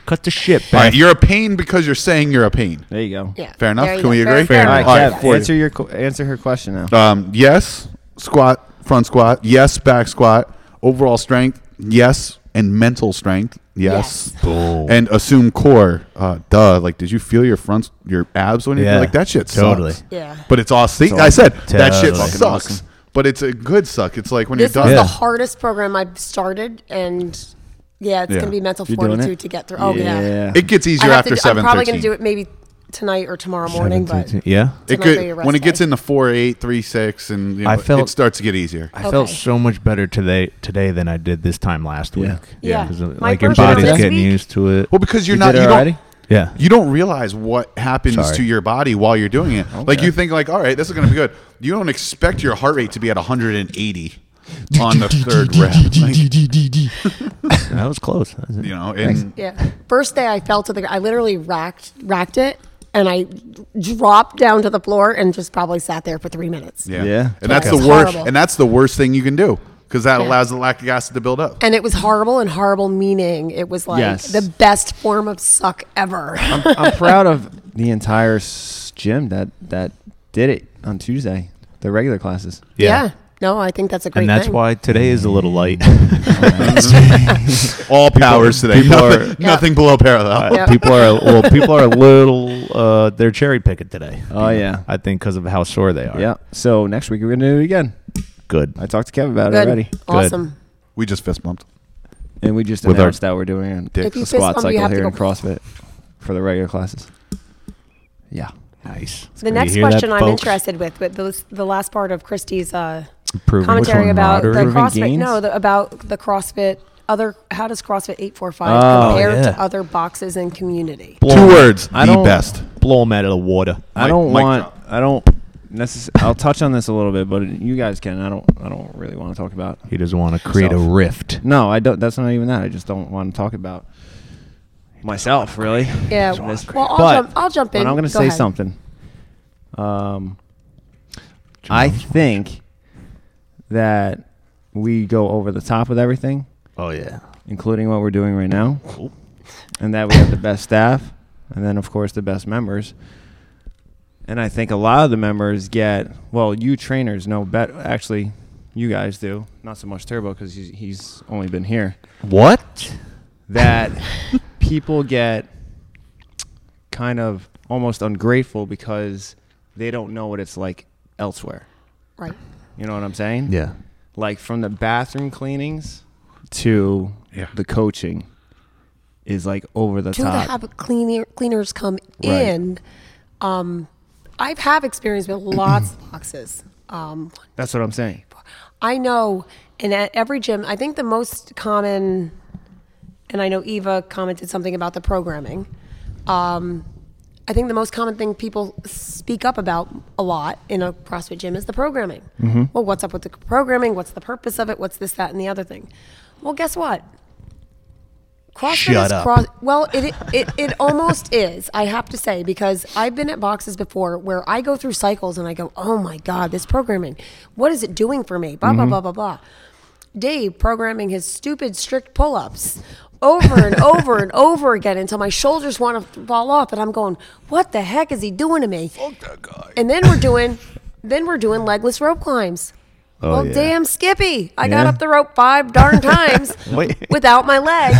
E: Cut the shit,
B: All right,
E: Beth.
B: you're a pain because you're saying you're a pain.
A: There you go.
D: Yeah.
B: Fair enough.
D: There you
B: Can
D: go.
B: we
D: Very
B: agree?
E: Fair
A: All right,
E: enough.
B: All right,
A: Kev,
B: for you.
A: answer your qu- answer her question now.
B: Um, yes, squat, front squat. Yes, back squat. Overall strength. Yes, and mental strength. Yes.
C: Boom.
B: And assume core. Uh, duh. Like, did you feel your fronts, your abs when you
C: Yeah,
B: like that shit?
C: totally.
B: Sucks.
D: Yeah.
B: But it's all. See,
C: all-
B: I said that shit
C: Totally.
B: sucks.
A: Awesome.
B: But it's a good suck. It's like when
D: This
B: you're
D: was
B: done.
D: the
C: Yeah.
D: hardest program I've started, and yeah, it's
B: Yeah.
D: gonna be mental
A: You're doing
D: fortitude
A: it?
D: to get through. Oh yeah,
A: Yeah.
B: It gets
D: I
B: easier
D: have
B: after
D: to do, I'm
B: seven
D: probably gonna
B: thirteen.
D: do it maybe tonight or tomorrow morning, but
C: yeah.
B: It
D: Tonight for your
B: could
D: rest
B: when it gets
D: day.
B: in the four eight three six and you know,
C: I
B: it
C: felt-
B: starts to get easier.
C: I felt
D: Okay.
C: so much better today today than I did this time last
A: Yeah.
C: week.
D: Yeah.
C: 'Cause,
D: My
C: like your
D: first one
C: body's
D: this
C: getting
D: week-
C: used to it.
B: Well, because you're
A: You
B: not
A: did it
B: you
A: already?
B: don't,
C: Yeah.
B: you don't realize what happens
C: Sorry.
B: to your body while you're doing it. Like
A: Okay.
B: you think like, all right, this is gonna be good. You don't expect your heart rate to be at 180 on the third rep. Like,
C: That was close. That was it.
B: you know, and
D: yeah. First day I fell to the, gr- I literally racked racked it, and I dropped down to the floor and just probably sat there for three minutes.
B: yeah,
A: Yeah.
B: and that's
D: Okay.
B: the
D: It's
B: worst.
D: horrible.
B: And that's the worst thing you can do because that
D: Yeah.
B: allows the lactic acid to build up.
D: And it was horrible and horrible meaning. It was like
A: Yes.
D: the best form of suck ever.
A: I'm proud of the entire s- gym that that did it on Tuesday. The regular classes.
D: yeah. No, I think that's a great
C: And that's
D: thing.
C: why today is a little light.
B: All powers today.
C: people are-
B: nothing, nothing below parallel.
D: Yeah.
C: people are well, people are a little uh, they're cherry picking today.
A: Oh yeah.
C: I think because of how sore they are.
A: Yeah. So next week we're gonna do it again.
C: Good.
A: I talked to Kev about
D: Good.
A: it already,
D: Awesome.
B: We just fist bumped.
A: and we just
B: With our
A: announced that we're doing
B: If
A: a
D: you fist
A: squat
D: bump, you
A: cycle
D: have to
A: here
D: go-
A: in CrossFit for the regular classes. Yeah.
C: Nice.
D: The next question I'm interested with, with the, the last part of Christie's uh,
C: Improving
D: commentary about the
C: camaraderie.
A: Improving
D: CrossFit.
A: gains?
D: No, the, about the CrossFit. Other, how does CrossFit eight four
A: Oh,
D: five compare to
C: yeah.
D: other boxes in community?
C: Blow
B: Two
C: 'em-
B: words.
A: I
B: the
A: don't-
B: best.
C: Blow them out of the water.
A: I
B: Mic-
A: don't
B: mic
A: want.
B: drop.
A: I don't. Necess- I'll touch on this a little bit, but you guys can. I don't. I don't really want to talk about.
C: He doesn't want to create a
A: Self.
C: rift.
A: No, I don't. That's not even that. I just don't want to talk about myself, really.
D: Yeah.
A: This-
D: Well, I'll
A: but
D: jump. I'll jump in.
A: But I'm going to
D: Go
A: say
D: ahead.
A: something. Um, I think that we go over the top with everything,
C: Oh yeah.
A: including what we're doing right now, and that we have the best staff, and then of course the best members. And I think a lot of the members get well. You trainers know better. Actually, you guys do. Not so much Turbo because he's, he's only been here
C: What?
A: that people get kind of almost ungrateful because they don't know what it's like elsewhere.
D: Right.
A: You know what I'm saying?
C: Yeah.
A: Like from the bathroom cleanings to
B: Yeah.
A: the coaching is like over the
D: To
A: top.
D: have cleaner, cleaners come
A: Right.
D: in. Um, I have experience with lots of boxes. Um,
A: That's what I'm saying.
D: I know, and at every gym, I think the most common, and I know Eva commented something about the programming. Um, I think the most common thing people speak up about a lot in a CrossFit gym is the programming.
C: Mm-hmm.
D: Well, what's up with the programming? What's the purpose of it? What's this, that, and the other thing? Well, guess what? CrossFit
C: Shut
D: is
C: up.
D: cross. Well, it, it it almost is. I have to say because I've been at boxes before where I go through cycles and I go, oh my god, this programming, what is it doing for me? Blah
C: Mm-hmm.
D: blah blah blah blah. Dave programming his stupid strict pull ups over and over and over again until my shoulders want to fall off and I'm going, what the heck is he doing to me? And then we're doing, then we're doing legless rope climbs. Oh, well,
C: yeah.
D: damn, Skippy! I got
C: Yeah?
D: up the rope five darn times
C: Wait.
D: without my legs,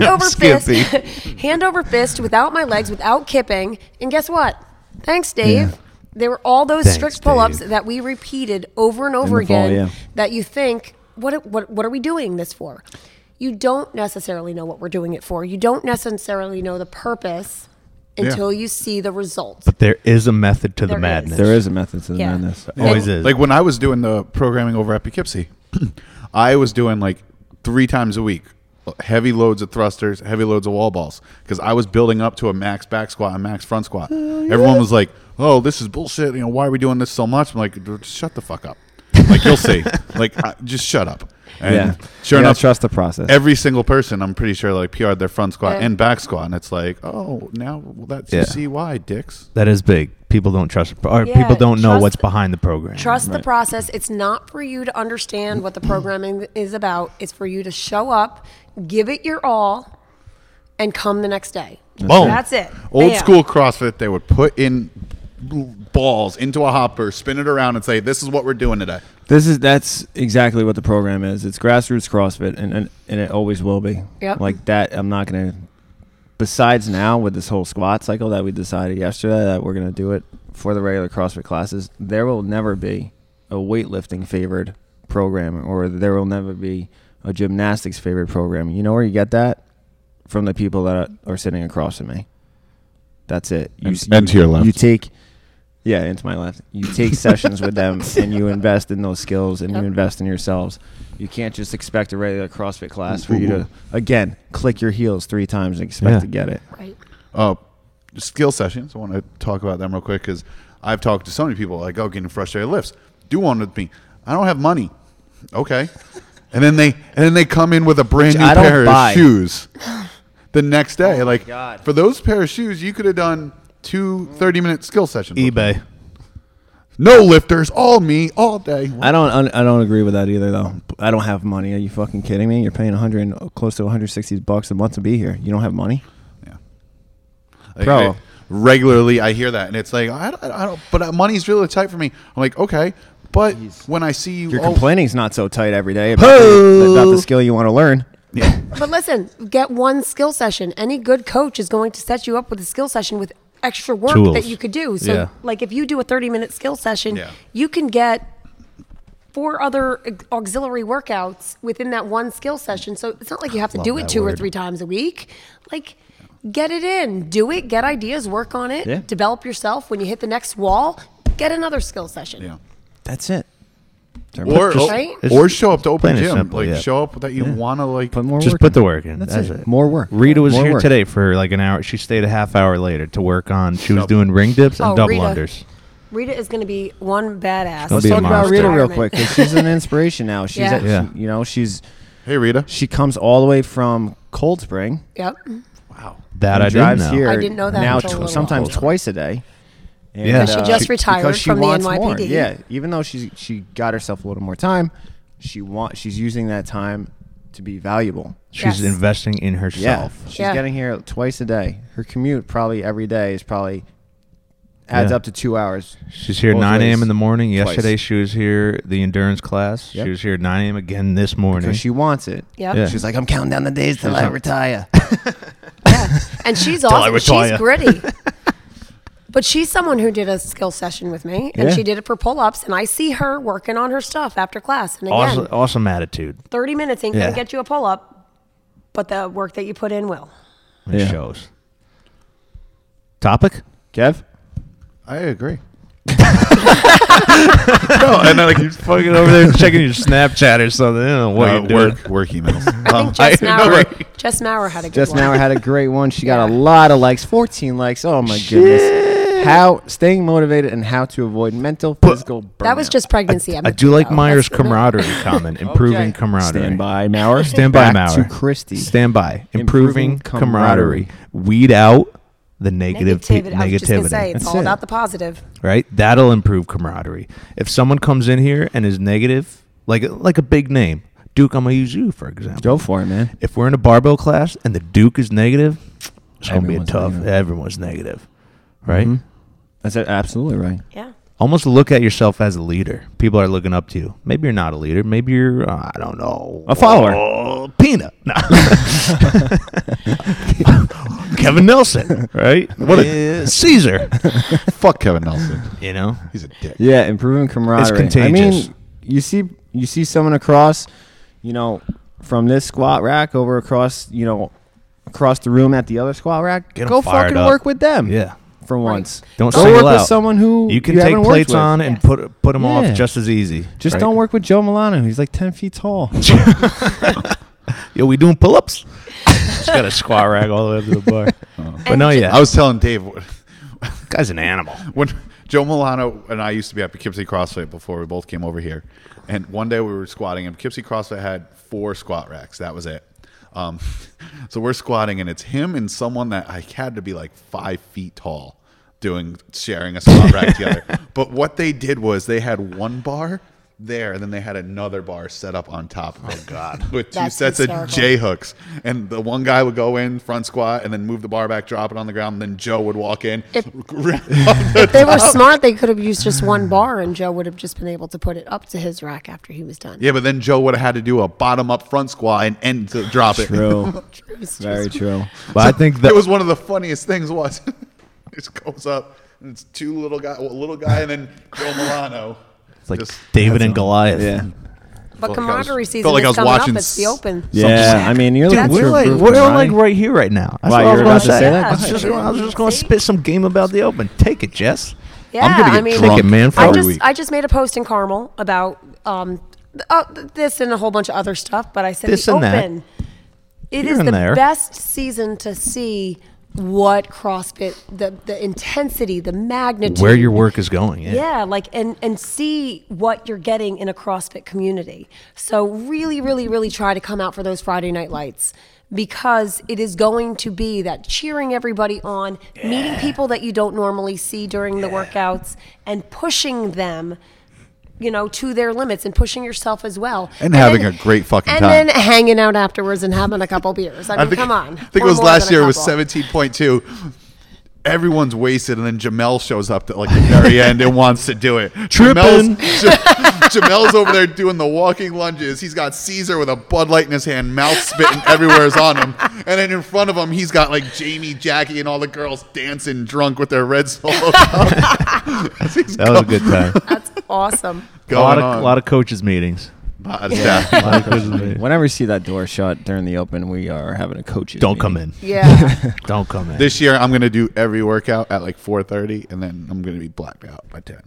C: Damn,
D: over
C: Skippy.
D: fist, hand over fist, without my legs, without kipping. And guess what? Thanks, Dave. There were all those
C: Thanks,
D: strict pull-ups
C: Dave.
D: that we repeated over and over
A: the fall,
D: again.
A: yeah.
D: That you think, what what what are we doing this for? You don't necessarily know what we're doing it for. You don't necessarily know the purpose until you see the results.
C: But there is a method to
D: There
C: the
D: is.
C: madness.
A: There is a method to the
D: Yeah.
A: madness. Oh,
C: Always is.
B: Like when I was doing the programming over at Poughkeepsie, I was doing like three times a week, heavy loads of thrusters, heavy loads of wall balls, because I was building up to a max back squat and max front squat. Everyone was like, "Oh, this is bullshit. You know, why are we doing this so much?" I'm like, "Dude, "Shut the fuck up." Like you'll see. like I, just shut up. And
A: yeah.
B: sure
A: You gotta
B: enough,
A: trust the process.
B: every single person I'm pretty sure like PR'd their front squat
D: Yeah.
B: and back squat, and it's like, oh, now that's
C: Yeah.
B: you see why, dicks.
C: That is big. People don't trust, or
D: Yeah,
C: people don't know
D: trust-
C: what's behind the program.
D: Trust the
A: Right.
D: process. It's not for you to understand what the programming is about. It's for you to show up, give it your all, and come the next day.
B: Boom.
D: That's it.
B: Old
D: Bam.
B: school CrossFit, they would put in balls into a hopper, spin it around, and say, "This is what we're doing today."
A: This is that's exactly what the program is. It's grassroots CrossFit, and and, and it always will be.
D: Yep.
A: Like that, I'm not gonna. Besides now with this whole squat cycle that we decided yesterday that we're gonna do it for the regular CrossFit classes, there will never be a weightlifting favored program, or there will never be a gymnastics favored program. You know where you get that from the people that are sitting across from me. That's it. You,
B: And- and to your left.
A: You take yeah, into my left. You take sessions with them and you invest in those skills and
D: Yep.
A: you invest in yourselves. You can't just expect a regular CrossFit class for you to again click your heels three times and expect
C: Yeah.
A: to get it.
D: Right.
B: Uh, skill sessions. I want to talk about them real quick because I've talked to so many people like, "Oh, getting frustrated lifts. Do one with me. I don't have money. Okay." And then they and then they come in with a brand
A: Which
B: new
A: I don't
B: pair
A: buy. Oh
B: of shoes the next day. like
A: God.
B: for those pair of shoes, you could have done two 30 minute skill sessions. with them.
C: eBay.
B: No lifters, all me, all day.
A: I don't I don't agree with that either though. I don't have money. Are you fucking kidding me? You're paying 100 and close to 160 bucks a month to be here. You don't have money?
B: Yeah. Like,
A: Bro.
B: I- regularly I hear that, and it's like I don't, I don't but uh, money's really tight for me. I'm like, okay, but when I see you,
A: Your
B: oh,
A: complaining's not so tight every day about, the, about the skill you want to learn.
B: yeah.
D: But listen, get one skill session. Any good coach is going to set you up with a skill session with extra work
C: Tools.
D: that you could do. So,
C: Yeah.
D: like if you do a 30 minute skill session,
B: Yeah.
D: you can get four other aux- auxiliary workouts within that one skill session. So, it's not like you have to do it
C: that
D: two or
C: word.
D: three times a week. Like, get it in, do it, get ideas, work on it,
A: Yeah.
D: develop yourself. When you hit the next wall, get another skill session.
B: yeah.
A: That's it.
B: Or, oh,
A: Just
D: Right?
B: or show up to open
C: plain and
B: gym,
C: simple,
B: like
C: yeah.
B: show up that you want to like.
A: put more
C: Just
A: work
C: put
A: in.
C: the work in.
A: That's,
C: That's
A: it.
C: it.
A: More work.
C: Rita was
A: More
C: here
A: work.
C: today for like an hour. She stayed a half hour later to work on. She was
B: Double.
C: doing ring dips and
D: Oh,
C: double
D: Rita.
C: unders.
D: Rita is going to be one badass.
C: Let's
A: Let's
C: be a
A: talk about
C: monster.
A: Rita real quick 'cause she's an inspiration now. She's
D: Yeah.
A: at-
C: Yeah.
A: you know she's
B: Hey Rita,
A: she comes all the way from Cold Spring.
D: Yep.
B: wow.
C: That
A: and
C: I
A: drives
C: didn't know.
A: here.
D: I didn't know that
A: Now
D: until a
A: tw-
D: little
A: sometimes
D: while ago.
A: twice a day. And,
C: Yeah. Because she
D: just retired
A: because she
D: from the
A: wants more.
D: NYPD.
A: Yeah, even though she's she got herself a little more time, she want she's using that time to be valuable.
C: She's
D: Yes.
C: investing in
A: Yeah,
C: herself.
A: she's
D: Yeah.
A: getting here twice a day. Her commute probably every day is probably adds
C: Yeah.
A: up to two hours.
C: She's here
A: Both
C: 9 a.m.
A: ways.
C: in the morning.
A: Twice.
C: Yesterday she was here the endurance class.
A: Yep.
C: She was here 9 a.m. again this morning.
A: because she wants it.
D: Yep.
C: Yeah.
A: She's like, I'm counting down the days till I retire.
D: and she's
C: I
D: awesome. She's
C: retire.
D: gritty. But she's someone who did a skill session with me, and
A: Yeah.
D: she did it for pull ups. And I see her working on her stuff after class. And again,
C: awesome, awesome attitude.
D: 30 minutes ain't
C: Yeah.
D: going to get you a pull up, but the work that you put in will.
C: It
A: Yeah.
C: shows. Topic?
A: Kev,
B: I agree. no, and I like you fucking
C: Over there checking your Snapchat or something. I don't know what
B: uh,
C: you're doing.
B: work work emails.
D: I
B: Um,
D: think Jess
B: I
D: Maurer,
B: agree.
D: Jess Maurer had a good
A: just
D: one.
A: now had a great one. She got a
D: Yeah.
A: lot of likes, 14 likes. Oh my goodness. How staying motivated and how to avoid mental physical burnout.
D: that was just pregnancy.
C: I do like Meyer's
D: camaraderie.
C: camaraderie comment. Improving
A: Okay.
C: camaraderie.
A: stand by Maurer.
C: Stand by,
A: Back
C: Maurer.
A: to Christie.
C: Stand by. Improving,
A: Improving
C: camaraderie. Weed out the negative pe-
D: Negativity. I was just going to
C: negativity.
D: say, it's
A: That's
D: all
A: it.
D: about the positive.
C: right? That'll improve camaraderie. If someone comes in here and is negative, like like a big name, Duke, I'm gonna use you for example.
A: Go for it, man.
C: If we're in a barbell class and the Duke is negative, it's gonna
A: Everyone's
C: be tough.
A: negative. Mm-hmm.
C: Everyone's negative, right?
A: That's it, absolutely right.
D: Yeah.
C: Almost look at yourself as a leader. People are looking up to you. Maybe you're not a leader. Maybe you're uh, I don't know
A: A follower.
C: Oh, peanut. No. Kevin Nelson, right? What a Caesar.
B: Fuck Kevin Nelson.
C: You know,
B: He's a dick.
A: Yeah, improving camaraderie.
C: contagious.
A: I mean, you see, you see someone across, you know, from this squat rack over across, you know, across the room at the other squat rack.
C: Get 'em
A: go
C: fired
A: fucking
C: up.
A: work with them.
C: Yeah.
A: for once.
C: Don't
A: go
C: single
A: work with
C: out.
A: someone who
C: you can
A: you
C: take
A: haven't worked
C: plates
A: with.
C: on and
D: Yes.
C: put put them
A: Yeah.
C: off just as easy.
A: Just
C: right?
A: don't work with Joe Milano. He's like ten feet tall.
C: Yo, we doing pull ups. just got a squat
A: Oh.
C: rack all the way up to the bar. But no, yeah,
B: I was telling Dave
C: guy's an animal.
B: when Joe Milano and I used to be at Poughkeepsie CrossFit before we both came over here. And one day we were squatting, and Poughkeepsie CrossFit had four squat racks. That was it. Um, so we're squatting, and it's him and someone that I had to be like five feet tall doing sharing a squat rack together. But what they did was they had one bar there, and then they had another bar set up on top of it. God. With two
D: That's
B: sets of
D: hysterical.
B: J J hooks. And the one guy would go in front squat and then move the bar back, drop it on the ground. And then Joe would walk in.
D: If-
B: grab the-
D: They
C: Oh.
D: were smart. They could have used just one bar, and Joe would have just been able to put it up to his rack after he was done.
B: yeah, but then Joe would have had to do a bottom up front squat and end to drop it.
A: True.
D: It was
A: Very
D: just-
A: true.
C: But I think that
B: It was one of the funniest things was it goes up and it's two little guy, well, little guy, and then Joe Milano.
C: it's like
B: Just-
C: David and Goliath.
A: Yeah.
D: But
B: Felt like I was-
D: camaraderie season
B: felt like I was
D: is coming
B: watching
D: up. It's the
B: s-
D: open.
A: Yeah. I mean, you're
C: Dude,
A: like,
C: we're
A: true
C: like
A: proof,
C: we're like
A: Ryan.
C: right here right now.
A: Wow,
C: That's what I
A: you were
C: was gonna
A: about to say that?
C: I was just, gonna- I was just going to
D: See?
C: spit some game about the open. Take it, Jess.
D: Yeah,
C: I'm gonna get
D: I mean,
C: drunk, man, for
D: I
C: every
D: just,
C: week.
D: I just made a post in Carmel about um, th- uh, th- this and a whole bunch of other stuff, but I said
C: This
D: the
C: and that.
D: open. It
C: Here
D: is
C: and
D: the
C: there.
D: best season to see what CrossFit, the the intensity, the magnitude,
C: Where your work is going.
D: yeah, like and and see what you're getting in a CrossFit community. So really, really, really try to come out for those Friday night lights because it is going to be that cheering everybody on, meeting people that you don't normally see during the workouts, and pushing them. You know, to their limits and pushing yourself as well,
B: And having a great fucking
D: and
B: time.
D: then hanging out afterwards and having a couple beers. I mean, come on.
B: I think
D: Or
B: it was
D: more
B: last
D: than a
B: year. It was
D: couple.
B: seventeen point two. Everyone's wasted, and then Jamel shows up at like the very end and wants to do it.
C: Trippin'.
B: Jamel's, Ja- Jamel's over there doing the walking lunges. He's got Caesar with a Bud Light in his hand, mouth spitting everywhere is on him. And then in front of him, he's got like Jamie, Jackie, and all the girls dancing drunk with their red solo.
C: that was a good time.
D: That's awesome.
C: a lot of a lot of coaches meetings.
B: uh,
A: Whenever you see that door shut during the open, we are having a coaches.
C: Don't
A: meeting.
C: come in.
D: Yeah.
C: Don't come in.
B: This year, I'm gonna do every workout at like 4:30, and then I'm gonna be blacked out by 10.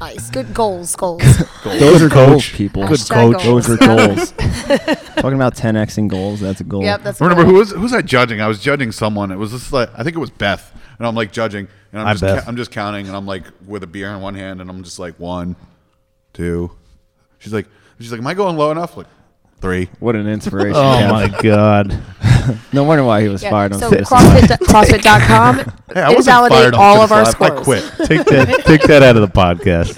D: nice. Good goals, goals.
A: Those are goals,
C: coach.
A: people.
C: Good
D: Hashtag
C: coach.
A: Those are
D: Yeah.
A: goals. Talking about 10x and goals. That's a goal.
D: Yep, that's
B: I remember
D: good.
B: who was who was I judging? I was judging someone. It was just like I think it was Beth, and I'm like judging, and I'm
C: Hi,
B: just
C: Beth.
B: ca- I'm just counting, and I'm like with a beer in one hand, and I'm just like one, two. She's like she's like, am I going low enough? Like three.
A: What an inspiration.
C: oh
A: Yeah.
C: my god.
A: No wonder why he was
D: Yeah,
A: fired on
D: so
A: Citizen
D: CrossFit, CrossFit.com
B: Hey, I wasn't
D: invalidate
B: fired on
D: all of
B: Citizen
D: our
B: Live.
D: scores.
B: I quit.
C: Take that. take that out of the podcast.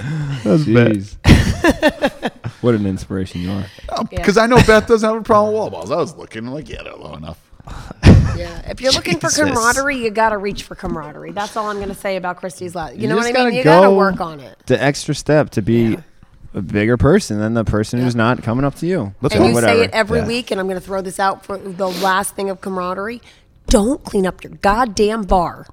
A: Jeez. what an inspiration you are.
D: Yeah.
B: Because I know Beth doesn't have a problem with wall balls. I was looking I'm like, yeah, they're low enough.
D: Yeah. If you're looking for
C: Jesus.
D: camaraderie, you got to reach for camaraderie. That's all I'm going to say about Christie's Lot. You, know what
A: just
D: I mean? You
A: gotta
D: got to
A: go
D: work on it.
A: The extra step to be a bigger person than the person who's not coming up to you. That's
D: And you say it every week, and I'm going to throw this out for the last thing of camaraderie. Don't clean up your goddamn bar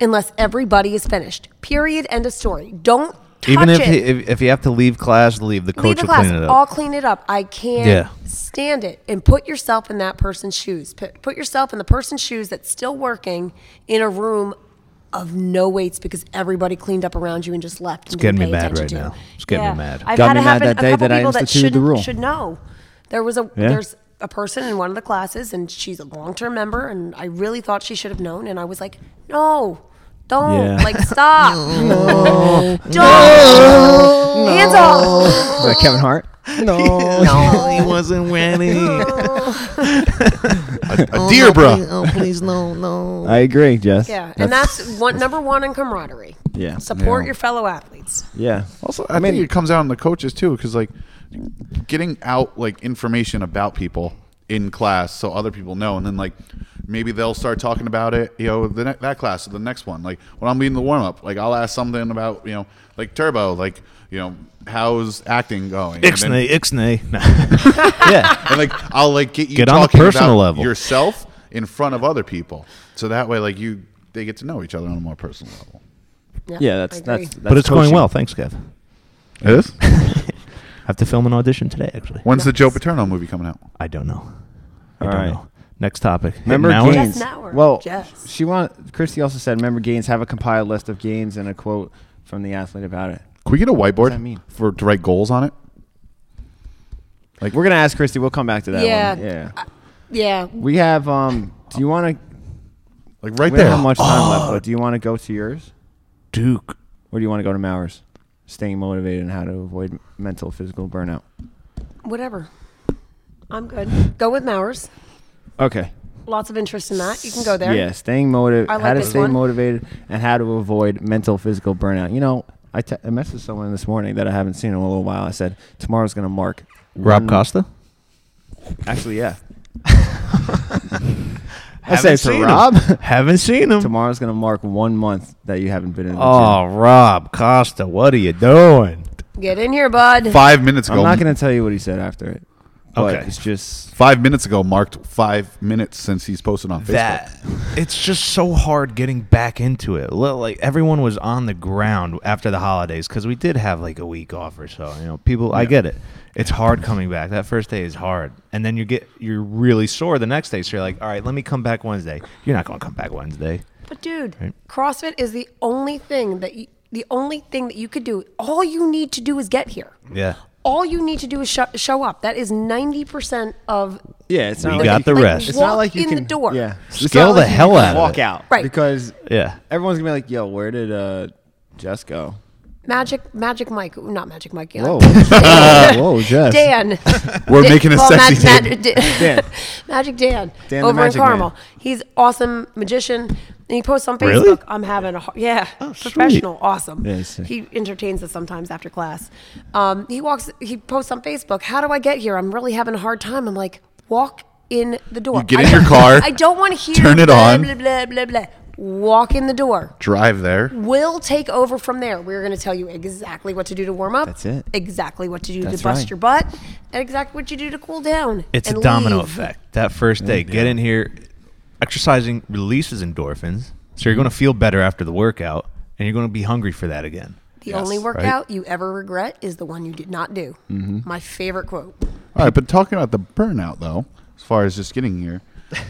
D: unless everybody is finished. Period. End of story. Don't touch
C: Even if,
D: it.
C: he, if if you have to leave class, leave. The coach
D: leave the
C: will
D: class.
C: clean it up.
D: I'll clean it up. I can't
C: Yeah.
D: stand it. And put yourself in that person's shoes. Put, put yourself in the person's shoes that's still working in a room of no weights because everybody cleaned up around you and just left. It's
C: getting me mad right now. It's getting me mad.
D: I've
A: Got
D: had
A: me
D: it
A: mad
D: happen.
A: that
D: a
A: day
D: couple
A: that I
D: people that
A: instituted
D: should
A: the rule.
D: should know. There was a
A: Yeah.
D: there's a person in one of the classes and she's a long term member and I really thought she should have known and I was like, no. Don't
A: Yeah.
D: like stop. Don't hands off.
A: Is that Kevin Hart? No.
C: No, he wasn't ready.
B: A deer, bro.
C: oh, please, no, no.
A: I agree, Jess.
D: Yeah, and that's one number one in camaraderie.
A: Yeah.
D: Support
B: Yeah.
D: your fellow athletes.
A: Yeah.
B: Also, I, think it comes out on the coaches too, because like getting out like information about people in class so other people know, and then like maybe they'll start talking about it, you know, the ne- that class or the next one. Like when I'm leading the warm up, like I'll ask something about you know, like Turbo, like you know, how's acting going? And then-
C: Ixnay, Ixnay. Nah. yeah.
B: and like I'll like get you
C: Get on the
B: talking
C: personal
B: about
C: level.
B: yourself in front of other people, so that way like you they get to know each other on a more personal level.
A: Yeah,
D: I
A: that's,
D: agree.
A: that's, that's
C: But it's going
A: coaching.
C: well. Thanks, Kev.
B: It is.
C: I have to film an audition today, actually.
B: When's the Joe Paterno movie coming out?
C: I don't know. I
A: All
C: don't
A: right.
C: know. Next topic.
A: Remember
C: Now-
A: gains.
D: Jess Nauer.
A: Well,
D: Jess.
A: she want Christy also said, "Remember gains. Have a compiled list of gains and a quote from the athlete about it."
B: Can we get a whiteboard
A: that mean?
B: for to write goals on it?
A: We're gonna ask Christy. We'll come back to that.
D: Yeah.
A: One. Yeah.
D: yeah.
A: We have. Um. Do you want to?
B: Like right
A: We
B: there.
A: don't have much time left, but do you want to go to yours?
C: Oh. Duke
A: Or do you want to go to Mowers? Staying motivated and how to avoid mental physical burnout.
D: Whatever. I'm good. Go with Mowers.
A: Okay.
D: Lots of interest in that. You can go there.
A: Yeah, staying motivated.
D: I like
A: how to
D: this
A: stay
D: one.
A: motivated and how to avoid mental physical burnout. You know, I te- I messaged someone this morning that I haven't seen in a little while. I said tomorrow's gonna mark
C: Rob
A: one-
C: Costa.
A: Actually, yeah. I
C: Haven't
A: say
C: seen
A: to
C: him.
A: Rob,
C: Haven't seen him.
A: tomorrow's gonna mark one month that you haven't been in the
C: Oh,
A: gym.
C: Rob Costa, what are you doing?
D: Get in here, bud.
B: Five minutes ago,
A: I'm not gonna tell you what he said after it. But
C: Okay.
A: it's just
B: five minutes ago marked five minutes since he's posted on Facebook.
C: that it's just so hard getting back into it. Li- Like everyone was on the ground after the holidays because we did have like a week off or so. You know, people. I get it. It's hard coming back. That first day is hard, and then you get you're really sore the next day. So you're like, all right, let me come back Wednesday. You're not going to come back Wednesday.
D: But dude,
C: Right.
D: CrossFit is the only thing that you, the only thing that you could do. All you need to do is get here.
C: Yeah.
D: All you need to do is sho- show up. That is ninety percent of
A: yeah. It's not
C: We
A: like
C: got
A: you
C: the
A: can-
C: rest.
A: It's not
D: Walk
A: like you
D: in the
A: can
D: door.
A: Yeah, It's not
C: Scale the
A: you
C: hell
A: can
C: out of
A: Walk
C: it.
A: out,
D: Right.
A: Because
C: Yeah.
A: everyone's gonna be like, "Yo, where did uh, Jess go?"
D: magic, magic Mike, Ooh, not magic Mike. yeah.
A: Whoa, whoa, Jess.
D: Dan.
B: We're
D: Dan-
B: making a
D: well,
B: sexy
D: Mag-
B: Dan.
D: Mag- Dan.
A: Dan.
D: Magic Dan,
A: Dan the
D: over
A: Magic
D: in Carmel.
A: Man.
D: He's awesome magician. And he posts on Facebook,
C: Really?
D: I'm having a, har- yeah,
B: Oh,
C: sweet.
D: professional, awesome.
A: Yeah, he's sick.
D: he entertains us sometimes after class. Um, he walks, he posts on Facebook, how do I get here? I'm really having a hard time. I'm like, walk in the door.
B: You get
D: I
B: in your
D: don't-
B: car,
D: I don't want to hear.
B: turn it
D: blah,
B: on.
D: Blah, blah, blah, blah. Walk in the door.
B: Drive there.
D: We'll take over from there. We're going to tell you exactly what to do to warm up.
A: That's it.
D: Exactly what to do
A: That's
D: to bust
A: right.
D: your butt, and exactly what you do to cool down.
C: It's a
D: and
C: domino
D: leave.
C: effect. That first day,
B: Mm,
C: get in here. Exercising releases endorphins, so you're
B: Mm.
C: going to feel better after the workout, and you're going to be hungry for that again.
D: The only workout you ever regret is the one you did not do. My favorite quote.
B: All right, but talking about the burnout though, as far as just getting here, it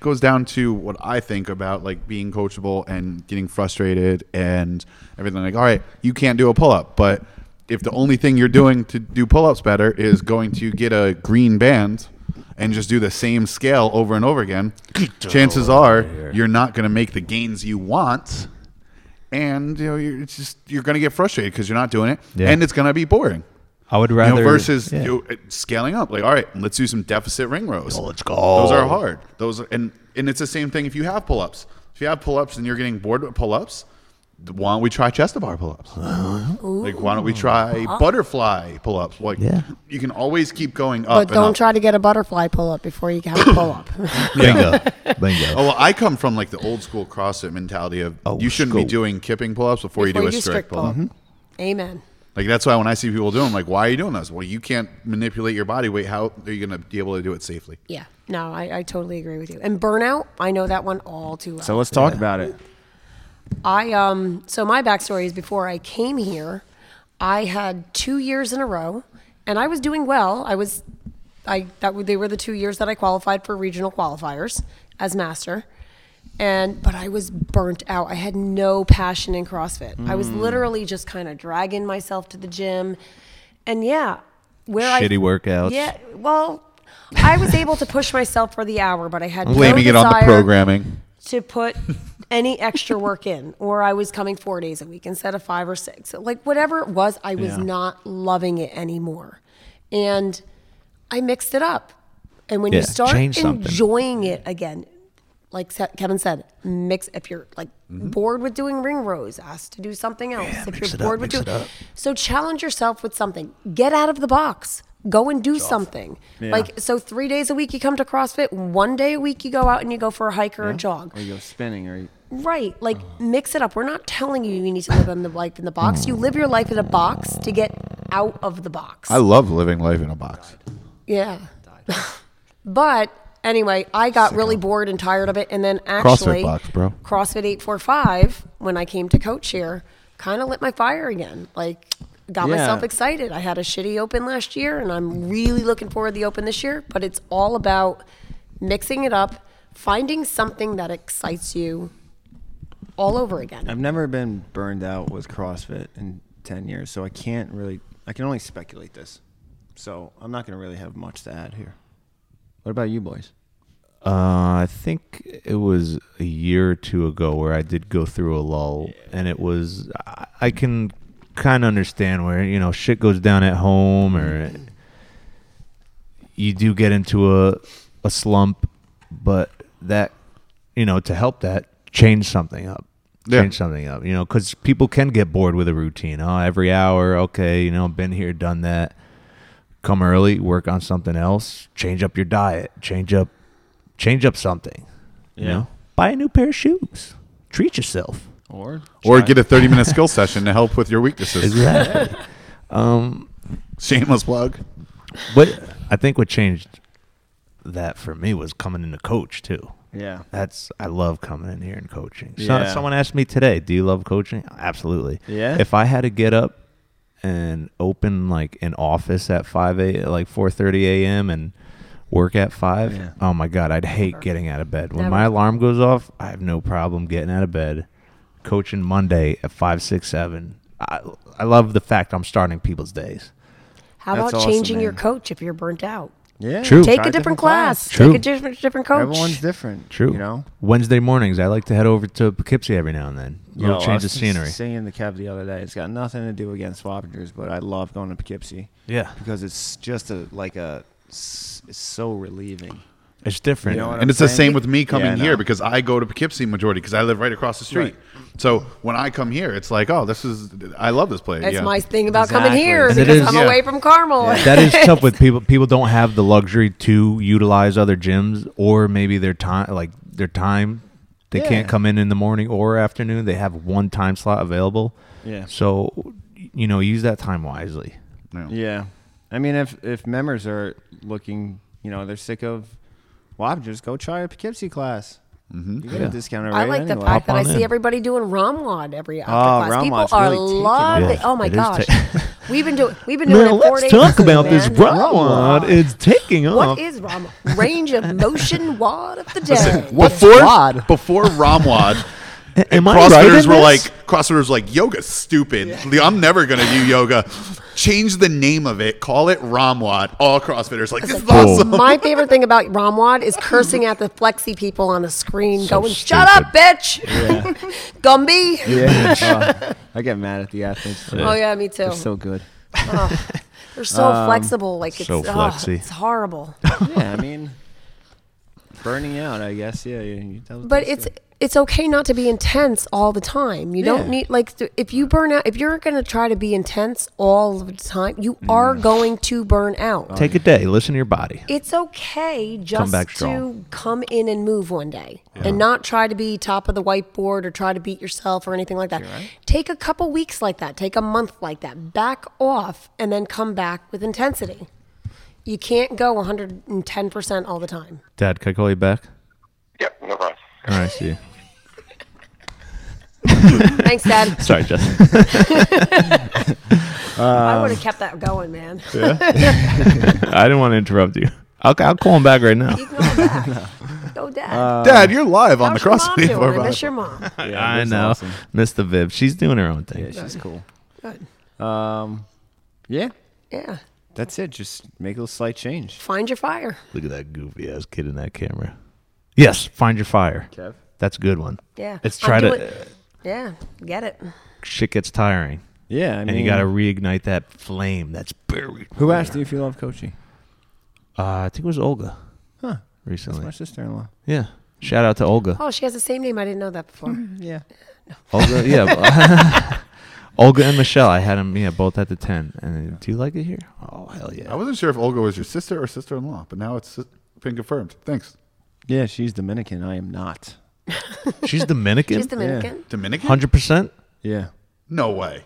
B: goes down to what I think about like being coachable and getting frustrated and everything. Like, all right, you can't do a pull up, but if the only thing you're doing to do pull ups better is going to get a green band and just do the same scale over and over again, chances are you're not going to make the gains you want. And you know, you're, it's just you're going to get frustrated because you're not doing it,
C: Yeah.
B: and it's going to be boring.
C: I would
B: You know,
C: rather
B: versus
C: Yeah.
B: you know, scaling up. Like, all right, let's do some deficit ring rows.
C: Oh, let's go.
B: Those are hard. Those are, and and it's the same thing if you have pull ups. If you have pull ups and you're getting bored with pull ups, why don't we try chest to bar pull ups? Like, why don't we try butterfly pull ups? Like,
C: Yeah.
B: you can always keep going up.
D: But
B: and
D: don't
B: up.
D: try to get a butterfly pull up before you have a pull up.
C: Bingo. Bingo.
B: Oh, well, I come from like the old school CrossFit mentality of
C: Old
B: you shouldn't
C: Oh,
B: be
C: school.
B: doing kipping pull ups before,
D: before
B: you do a strict pull up.
D: Mm-hmm. Amen.
B: Like that's why when I see people doing, them, like, why are you doing this? Well, you can't manipulate your body weight. How are you going to be able to do it safely?
D: Yeah. No, I, I totally agree with you. And burnout, I know that one all too well.
A: So let's talk about it.
D: I um so my backstory is before I came here, I had two years in a row, and I was doing well. I was, I that were- they were the two years that I qualified for regional qualifiers as master, and but I was burnt out. I had no passion in CrossFit. I was
B: Mm.
D: literally just kind of dragging myself to the gym, and yeah, where I
C: Shitty workouts.
D: Yeah, well. I was able to push myself for the hour, but I had
B: Blaming
D: no
B: it on the
D: desire
B: programming.
D: to put any extra work in, or I was coming four days a week instead of five or six. Like whatever it was, I was
A: Yeah.
D: not loving it anymore. And I mixed it up. And when
C: Yeah,
D: you start
C: change something.
D: enjoying it again, like Se- Kevin said, mix if you're like bored with doing ring rows, ask to do something else. if
C: Mm-hmm. mix
D: you're
C: it up,
D: bored with
C: mix it
D: doing
C: up.
D: so challenge yourself with something. Get out of the box. Go and do something. Like so 3 days a week you come to CrossFit, one day a week you go out and you go for a hike or a jog.
A: Or you go Uh-huh. spinning, or you-
D: Right. Like mix it up. We're not telling you you need to live in the life in the box.
A: Mm.
D: You live your life in a box to get out of the box.
B: I love living life in a box.
D: yeah. but anyway, I got really bored and tired of it and then actually
B: box, bro.
D: CrossFit 845 when I came to coach here kind of lit my fire again. Like got
A: Yeah.
D: myself excited. I had a shitty open last year and I'm really looking forward to the open this year, but it's all about mixing it up, finding something that excites you all over again.
A: I've never been burned out with CrossFit in 10 years, so I can't really, I can only speculate this. So I'm not going to really have much to add here. What about you boys?
C: Uh, I think it was a year or two ago where I did go through a lull, and it was I, I can kind of understand where you know shit goes down at home, or you do get into a a slump, but that you know to help that change something up,
B: Yeah.
C: change something up, you know, because people can get bored with a routine. Oh, every hour, okay, you know, been here, done that. Come early, work on something else, change up your diet, change up change up something. You
A: Yeah.
C: know, buy a new pair of shoes. Treat yourself.
A: Or
B: Or
A: try-
B: get a 30 minute skill session to help with your weaknesses.
C: Exactly. um,
B: Shameless plug.
C: but I think what changed that for me was coming into coach too.
A: yeah.
C: That's I love coming in here and coaching. So,
A: Yeah.
C: Someone asked me today, "Do you love coaching?" Absolutely.
A: Yeah?
C: If I had to get up and open like an office at five a like four thirty a.m. and work at five,
A: Yeah.
C: oh my god, I'd hate getting out of bed. When
D: Never.
C: my alarm goes off, I have no problem getting out of bed. Coaching Monday at five, six, seven. I I love the fact I'm starting people's days.
D: How
A: That's
D: about
A: awesome,
D: changing your
A: man.
D: coach if you're burnt out?
A: Yeah.
C: True.
D: Take
A: try
D: a different, class.
C: True.
D: Take a different different coach.
A: Everyone's different.
C: True.
A: You know.
C: Wednesday mornings, I like to head over to Poughkeepsie every now and then.
A: Yo,
C: Little
A: I
C: change of
A: was
C: scenery.
A: Singing the cab the other day. It's got nothing to do against Wappingers, but I love going to Poughkeepsie
C: Yeah,
A: because it's just a like a s- it's so relieving.
C: it's different.
A: You know what
B: and
A: I'm
B: it's the
A: saying?
B: same with me
A: Yeah, I
B: coming here
A: know.
B: because I go to Poughkeepsie majority because I live right across the street. So when I come here, it's like, oh, this is, I love this place.
D: That's
B: yeah.
D: my thing about coming
A: Exactly.
D: here
A: And
C: it
D: because
C: is-
D: I'm
B: yeah.
D: away from Carmel.
C: that is tough with people. People don't have the luxury to utilize other gyms, or maybe their time, like their time, they
A: Yeah.
C: can't come in in the morning or afternoon. They have one time slot available.
A: Yeah.
C: So, you know, use that time wisely.
B: Yeah.
A: Yeah. I mean, if if members are looking, you know, they're sick of Wappingers, go try a Poughkeepsie class. Mm-hmm. You get
C: Yeah.
A: a discounted rate.
D: I like the
A: anyway.
D: fact that I
C: Pop on
D: see
C: in. Ah,
D: everybody doing Ramwad every after
A: Oh,
D: class. People
A: Ramwad's
D: are
A: really taking
D: loving.
C: off.
D: Oh my
C: It is
D: gosh,
C: ta-
D: we've been doing we've been doing it four days. man.
C: It's taking
D: What is Ram? Range of motion wad of the day.
B: Before, before Ramwad,
C: Am
B: CrossFitters were like, CrossFitters were like, yoga's stupid. I'm never going to do yoga. Change the name of it. Call it Ramwad. All CrossFitters are like, this is awesome.
D: My favorite thing about Ramwad is cursing at the flexi people on a screen, going, "Shut
C: stupid.
D: up, bitch, Gumby."
A: Yeah. Oh, I get mad at the athletes. Too.
D: Oh yeah, me too.
A: They're so good.
D: They're so flexible. Like it's
C: um, so
D: oh,
C: flexy.
D: it's horrible.
A: yeah, I mean, burning out, I guess. Yeah, you, you tell
D: But it's it's okay not to be intense all the time. You don't
A: Yeah.
D: need like th- if you burn out if you're going to try to be intense all the time, you
C: Mm.
D: are going to burn out.
C: take a day, listen to your body.
D: it's okay just
C: Oh. back
D: to
C: strong.
D: come in and move one day and not try to be top of the whiteboard or try to beat yourself or anything like that. Take a couple weeks like that, take a month like that, back off and then come back with intensity. You can't go 110% all the time.
C: Dad, can I call you back?
F: Yep, no problem.
C: All right, see you.
D: Thanks, Dad.
C: Sorry, Justin.
D: I
C: Um,
D: would have kept that going, man.
C: I didn't want to interrupt you. I'll, I'll call him back right now.
D: You can go back. Go, Dad.
B: Dad, you're live on
D: How's
B: the
D: your mom
B: CrossFit.
D: doing?
B: Forum.
D: I miss your mom.
A: yeah,
C: I
A: that's
C: know.
A: awesome.
C: Miss the Viv. She's doing her own thing.
A: Yeah, she's cool.
D: Good.
A: Um, yeah,
D: Yeah.
A: that's it. Just make a little slight change.
D: Find your fire.
C: Look at that goofy ass kid in that camera. Yes, find your fire.
A: Kev.
C: That's a good one.
D: Yeah.
C: It's
D: I'm
C: try to.
D: doing- Yeah. Get it.
C: shit gets tiring,
A: Yeah, I mean,
C: and you got to reignite that flame that's buried.
A: Who asked you if you love coaching?
C: Uh, I think it was Olga.
A: Huh. That's
C: Recently.
A: my sister-in-law.
C: Yeah. Shout out to Olga.
D: Oh, she has the same name. I didn't know that before.
A: Yeah.
C: Olga. Uh, Yeah. Olga and Michelle. I had them. Yeah, both at the ten. And do you like it here? Oh hell yeah.
B: I wasn't sure if Olga was your sister or sister-in-law, but now it's been confirmed. Thanks.
A: Yeah, she's Dominican. I am not.
C: She's Dominican.
D: She's Dominican.
B: Dominican?
C: Hundred percent.
A: Yeah.
B: No way.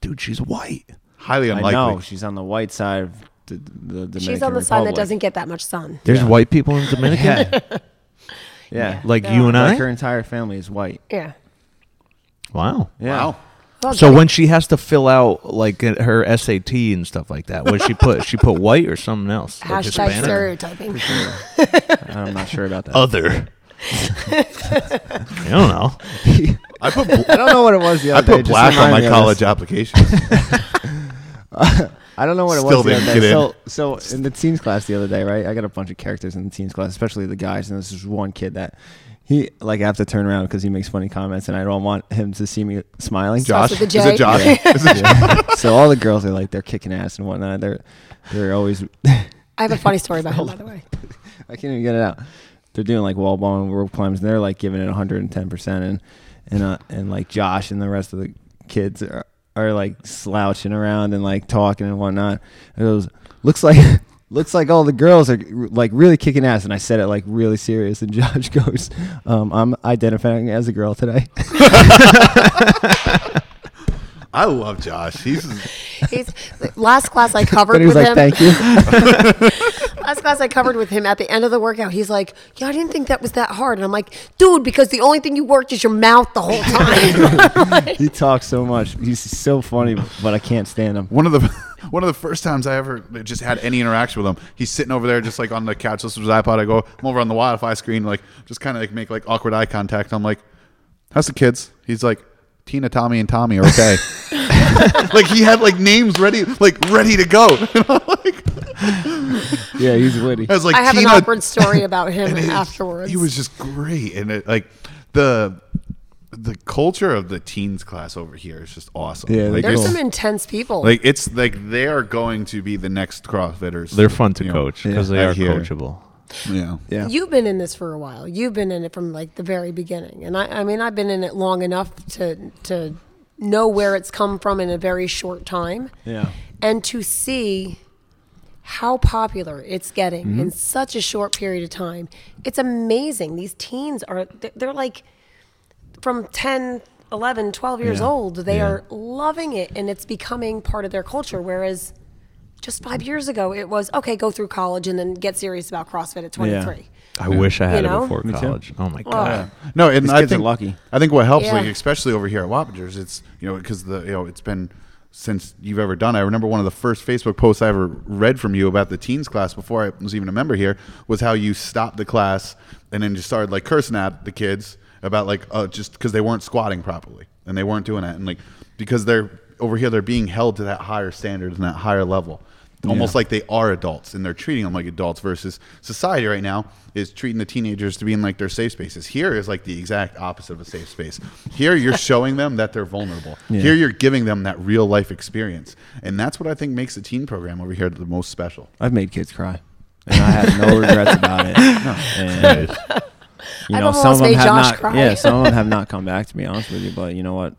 C: Dude, she's white.
B: Highly
A: I
B: unlikely.
A: know she's on the white side of the, the Dominican
D: She's on the side that
A: Republic.
D: doesn't get that much sun.
C: There's white people in Dominican.
A: Yeah.
C: Like you and
A: Like
C: I.
A: her entire family is white.
D: Yeah.
C: Wow.
A: Yeah.
B: Wow.
D: Well,
C: So
D: great.
C: when she has to fill out like uh, her SAT and stuff like that, what she put? she put white or something else? Like
D: hashtag
C: Hispanic?
D: stereotyping.
A: I'm not sure about that.
C: Other. I don't know.
B: I put
A: I don't know what it was the
B: I
A: other day.
B: put
A: just
B: black on
A: reminded
B: my
A: me of
B: college
A: this.
B: applications.
A: I don't know what it
B: Still
A: was the
B: didn't
A: other
B: get
A: day.
B: in.
A: So, so in the teens class the other day, right? I got a bunch of characters in the teens class, especially the guys. And this is one kid that he like I have to turn around because he makes funny comments, and I don't want him to see me smiling.
B: Josh,
D: with the
B: is it
D: J.
B: Josh? Is it
A: Yeah. so all the girls are like they're kicking ass and whatnot. They're they're always
D: I have a funny story about him, by the way.
A: I can't even get it out. They're doing like wall balling, rope climbs, and they're like giving it 110 percent, and and uh, and like Josh and the rest of the kids are are like slouching around and like talking and whatnot. And it was looks like looks like all the girls are like really kicking ass, and I said it like really serious, and Josh goes, um, "I'm identifying as a girl today."
B: I love Josh. He's
D: He's, last class I covered
A: but he was
D: with
A: like,
D: him.
A: "Thank you."
D: Last class I covered with him at the end of the workout, he's like, "Yeah, I didn't think that was that hard." And I'm like, "Dude, because the only thing you worked is your mouth the whole time." Like,
A: he talks so much. He's so funny, but I can't stand him.
B: one of the one of the first times I ever just had any interaction with him. He's sitting over there just like on the couch listening to his iPod. I go, I'm over on the Wi-Fi screen, like just kind of like make like awkward eye contact. I'm like, "How's the kids?" He's like, "Tina, Tommy, and Tommy are okay." like he had like names ready, like ready to go. And I'm like,
A: Yeah, he's witty.
B: I was like,
D: I have
B: Tina,
D: an awkward story about him
B: and it-
D: afterwards.
B: He was just great, and it, like the the culture of the teens class over here is just awesome.
A: Yeah, they're
B: like,
D: There's
B: it's,
A: cool.
D: some intense people.
B: like it's like they are going to be the next CrossFitters.
C: They're fun to
B: you know.
C: coach because
B: I
C: they are
B: hear.
C: coachable.
B: Yeah,
A: Yeah.
D: You've been in this for a while. You've been in it from like the very beginning, and I, I mean, I've been in it long enough to to know where it's come from in a very short time,
A: yeah.
D: and to see how popular it's getting in such a short period of time. It's amazing. These teens are they're- they're like from 10 11 12 years
A: Yeah.
D: old they
C: Yeah.
D: are loving it and it's becoming part of their culture whereas just five years ago it was okay go through college and then get serious about crossfit at 23
C: I wish I had
D: You know?
C: it before
A: Me too.
C: college. Oh my
D: Oh,
C: god.
B: no, and
A: These
B: I
A: kids are
B: think
A: lucky.
B: I think what helps,
D: Yeah.
B: like especially over here at Wappingers, it's you know because the you know it's been since you've ever done. it. I remember one of the first Facebook posts I ever read from you about the teens class before I was even a member here was how you stopped the class and then just started like cursing at the kids about like uh, just because they weren't squatting properly and they weren't doing that and like because they're over here they're being held to that higher standard and that higher level. Almost like they are adults and they're treating them like adults versus society right now is treating the teenagers to be in like their safe spaces. Here is like the exact opposite of a safe space. Here you're showing them that they're vulnerable. Here you're giving them that real life experience. And that's what I think makes the teen program over here the most special.
A: I've made kids cry, and I have no regrets about it. And, you
D: I've
A: know, some
D: almost
A: of them
D: made
A: have
D: Josh
A: not.
D: cry.
A: Yeah, some of them have not come back. To be honest with you, but you know what?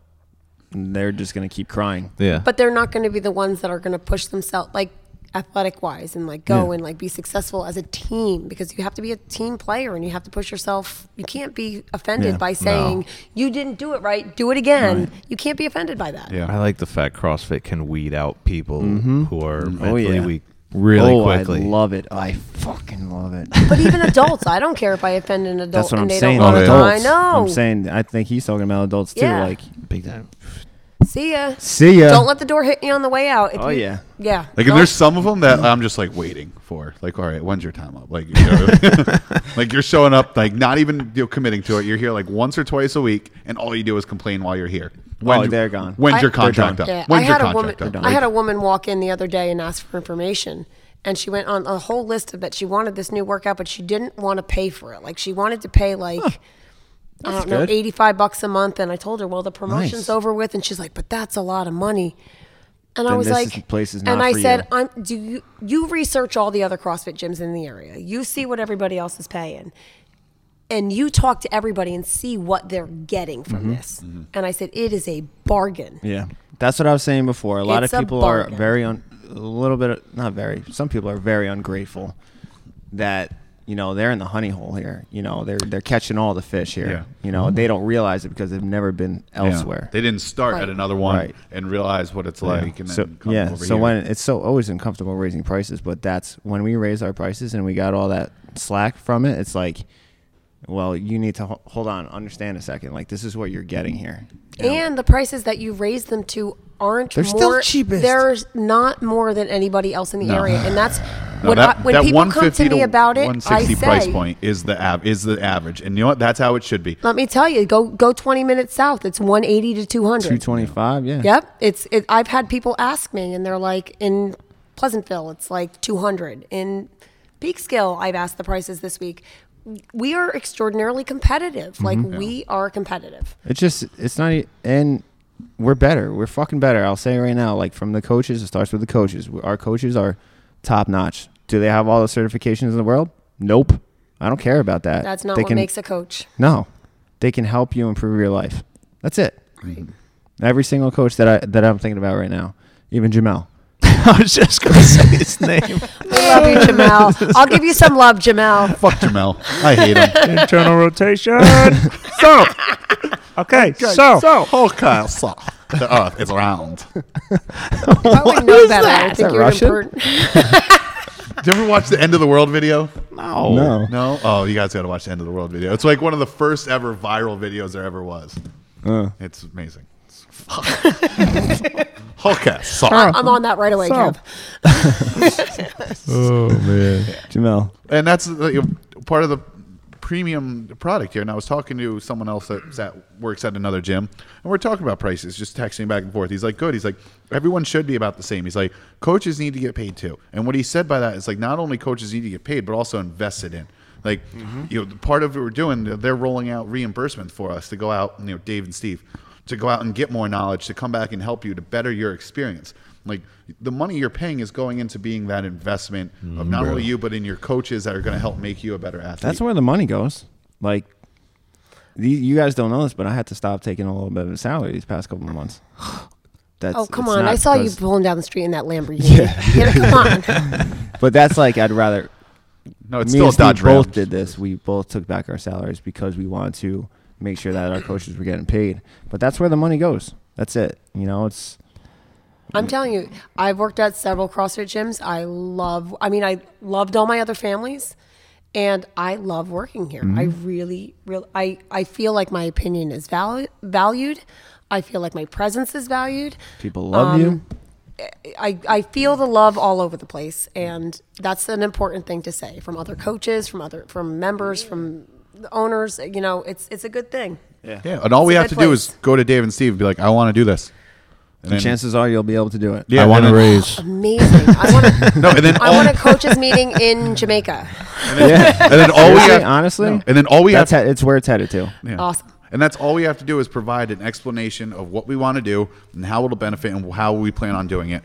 A: They're just gonna keep crying.
C: Yeah.
D: but they're not going to be the ones that are going to push themselves like athletic wise and like go
A: Yeah.
D: and like be successful as a team because you have to be a team player and you have to push yourself you can't be offended
A: Yeah.
D: by saying you didn't do it right do it again you can't be offended by that
B: Yeah.
C: I like the fact CrossFit can weed out people who are mentally
A: Oh, yeah.
C: weak really
A: oh,
C: quickly.
A: I love it. I fucking love it.
D: but even adults i don't care if i offend an adult
A: That's what
D: and
A: I'm
D: they
A: saying.
D: don't want to i
A: adults.
D: know
A: I'm saying. I think he's talking about adults too.
D: Yeah.
A: Like,
C: Big time.
D: see ya
A: see ya.
D: don't let the door hit you on the way out if
A: Oh,
D: you-
A: yeah.
D: yeah
B: Like,
D: Don't-
B: and there's some of them
D: mm.
B: that I'm just like waiting for. Like, all right, when's your time up? Like, you know, like you're showing up, like not even you know, committing to it. You're here like once or twice a week, and all you do is complain while you're here. When
A: Oh, they're gone.
B: When's
D: I-
B: your
D: They're
B: contract
A: done.
B: up?
D: Yeah,
B: When's
D: I
B: your
D: had a woman.
B: contract up?
D: I had a woman walk in the other day and ask for information, and she went on a whole list of that she wanted this new workout, but she didn't want to pay for it. Like she wanted to pay like. I don't know,
A: good.
D: 85 bucks a month. And I told her, well, the promotion's
A: Nice.
D: over with. And she's like, but that's a lot of money. And I
A: Then
D: was
A: this
D: like,
A: is- place is
D: and
A: not
D: I
A: for
D: said,
A: you.
D: I'm, do you, you research all the other CrossFit gyms in the area. You see what everybody else is paying and you talk to everybody and see what they're getting from
A: Mm-hmm.
D: this. And I said, it is a bargain.
A: Yeah, that's what I was saying before. A lot
D: It's a
A: of people are
D: bargain.
A: very un, a little bit not very. Some people are very ungrateful that you know they're in the honey hole here. You know they're they're catching all the fish here.
B: Yeah.
A: You know they don't realize it because they've never been
B: Yeah.
A: elsewhere.
B: They didn't start
D: Right.
B: at another one
A: Right.
B: and realize what it's like. And
A: so
B: then come
A: yeah,
B: over
A: so
B: here.
A: when it's so always uncomfortable raising prices, but that's when we raise our prices and we got all that slack from it. It's like, well, you need to ho- hold on, understand a second. Like this is what you're getting here.
D: And the prices that you raise them to aren't
A: They're
D: more,
A: still cheapest.
D: There's not more than anybody else in the area, and that's
B: No,
D: when,
B: that,
D: I, when
B: that
D: people come
B: 150
D: to me about it. I
B: 160
D: say,
B: price point is the av- is the average, and you know what? That's how it should be.
D: let me tell you, go go 20 minutes south. It's 180 to 200.
A: Two twenty five. Yeah.
D: Yep. It's it, I've had people ask me, and they're like, in Pleasantville, it's like 200. In Peekskill, I've asked the prices this week. We are extraordinarily competitive. Like we are competitive.
A: It's just it's not e- and we're better. We're fucking better. I'll say it right now. Like from the coaches, it starts with the coaches. Our coaches are top notch. Do they have all the certifications in the world? Nope. I don't care about that.
D: That's not
A: They
D: what
A: can-
D: makes a coach.
A: No, they can help you improve your life. That's it. Every single coach that I that I'm thinking about right now, even Jamel.
C: I was just gonna say his name.
D: We love you, Jamel. I'll give you some love, Jamel.
B: Fuck Jamel. I hate him.
E: Internal rotation. so, okay, so,
B: oh, Kyle, so. The earth is round. Did
D: Probably know better. I
A: that
D: think you're an
A: Russian?
D: important.
B: you ever watch the End of the World video?
C: No.
A: No.
B: No? Oh, you guys got to watch the End of the World video. It's like one of the first ever viral videos there ever was. It's amazing. It's- Fuck. okay, so.
D: I'm on that right away, Kev.
E: oh man,
A: Jamel.
B: and that's like, part of the premium product here. And I was talking to someone else that, that works at another gym, and we're talking about prices, just texting back and forth. He's like, "Good." He's like, "Everyone should be about the same." He's like, "Coaches need to get paid too." And what he said by that is like, not only coaches need to get paid, but also invested in. Like, you know, the part of what we're doing, they're rolling out reimbursement for us to go out. You know, Dave and Steve to go out and get more knowledge to come back and help you to better your experience. Like the money you're paying is going into being that investment of not only you but in your coaches that are going to help make you a better athlete.
A: Mm-hmm. That's where the money goes. Like, the, you guys don't know this, but I had to stop taking a little bit of a salary these past couple of months. That's,
D: Oh, come
A: it's
D: on.
A: not
D: I saw you
A: because-
D: pulling down the street in that Lamborghini. Yeah, come on.
A: But that's like I'd rather.
B: no, it's
A: me
B: still
A: and
B: a
A: Steve
B: Dodge Ram.
A: both did this. We both took back our salaries because we wanted to make sure that our coaches were getting paid. But that's where the money goes. That's it. You know, it's
D: I'm telling you, I've worked at several CrossFit gyms. I love, I mean, I loved all my other families and I love working here. I
A: Mm-hmm.
D: really, really, I, I feel like my opinion is valu- valued. I feel like my presence is valued.
A: people love
D: Um,
A: you.
D: I, I feel the love all over the place and that's an important thing to say from other coaches from other from members from the owners you know it's it's a good thing
B: Yeah, and all we
D: It's a
B: have to
D: good
B: do
D: place.
B: is go to Dave and Steve and be like, "I want to do this." And then,
A: Chances are you'll be able to do it.
B: yeah,
C: I want to
B: and then-
C: raise.
D: amazing i want to
B: No, and then
D: i
B: all,
D: want a coaches meeting in jamaica
B: and then all we
A: Honestly,
B: have,
A: honestly,
B: and then all we have
A: that's he- it's where it's headed to.
B: Yeah.
D: Awesome.
B: And that's all we have to do is provide an explanation of what we want to do and how it'll benefit and how we plan on doing it.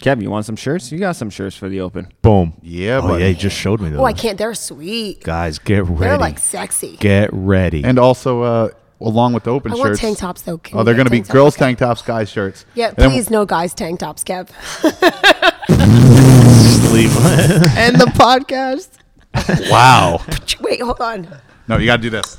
A: Kevin, you want some shirts? You got some shirts for the open.
C: Boom.
B: Yeah,
C: Oh
B: buddy.
C: yeah, he just showed me those.
D: oh i can't they're sweet
C: Guys, get ready.
D: they're like sexy
C: get ready.
B: And also, uh, along with the open
D: i
B: shirts,
D: want tank tops though Can
B: Oh,
D: we
B: they're
D: get
B: going to be
D: tank tops?
B: girls' tank tops, guys' shirts.
D: yeah
B: And then-
D: please no guys tank tops kev
A: And the podcast.
B: Wow.
D: wait hold on
B: No, you got to do this.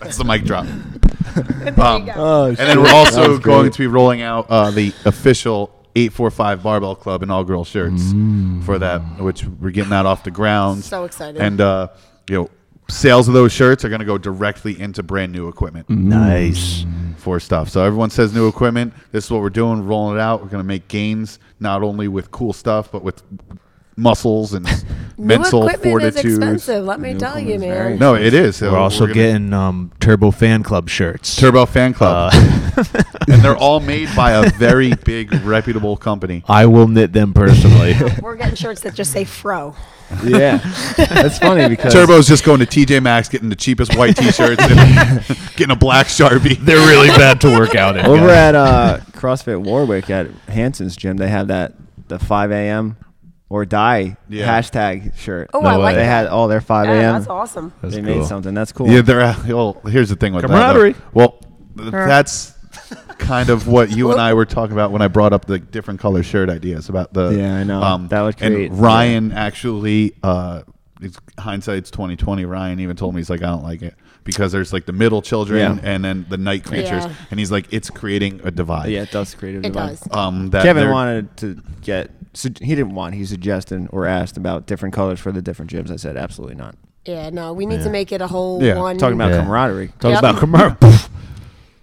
B: That's the mic drop.
D: you
B: Um,
D: go.
A: Oh,
B: and then we're also going to be rolling out uh, the official 845 Barbell Club and all girl shirts
C: Mm.
B: for that, which we're getting that off the ground.
D: So excited.
B: And, uh, you know, sales of those shirts are going to go directly into brand new equipment
C: Mm-hmm. nice.
B: for stuff. So everyone says new equipment. This is what we're doing, rolling it out. We're going to make gains not only with cool stuff, but with muscles and mental
D: new equipment
B: fortitude.
D: is expensive let me tell you man
B: No, it is. So
C: We're also
B: gonna-
C: getting um, Turbo Fan Club shirts. Uh,
B: Turbo Fan Club. Uh, and they're all made by a very big, reputable company.
C: I will knit them personally.
D: we're getting shirts that just say fro
A: yeah, that's funny because
B: Turbo's just going to TJ Maxx, getting the cheapest white T-shirts, and getting a black Sharpie.
C: They're really bad to work out in.
A: over at
C: guys.
A: uh, CrossFit Warwick at Hanson's gym, they have that the 5 a.m. or die
B: Yeah.
A: hashtag shirt.
D: oh i
C: No
D: like
A: they
C: way.
D: that
A: had all their 5
D: yeah,
A: a.m.
D: that's awesome
C: That's
A: they
C: cool.
A: made something. That's cool.
B: Yeah, they're well. Here's the thing with that, though.
C: Camaraderie.
B: Well, th- that's kind of what you and I were talking about when I brought up the different color shirt ideas about the. um,
A: Yeah, I know. That would create-
B: And Ryan actually, uh, it's, hindsight's twenty twenty. Ryan even told me he's like, I don't like it because there's like the middle children
A: Yeah.
B: and then the night creatures,
D: Yeah.
B: and he's like, it's creating a divide.
A: yeah, it does creative.
D: it
A: divide.
D: does
B: Um, that
A: Kevin
B: they're-
A: wanted to get. So he didn't want. He suggested or asked about different colors for the different gyms. I said absolutely not.
D: yeah no we need to make it a whole
B: Yeah,
D: one
A: Talking about
C: Yeah.
A: camaraderie.
C: Talk
D: Yep.
C: about commercial.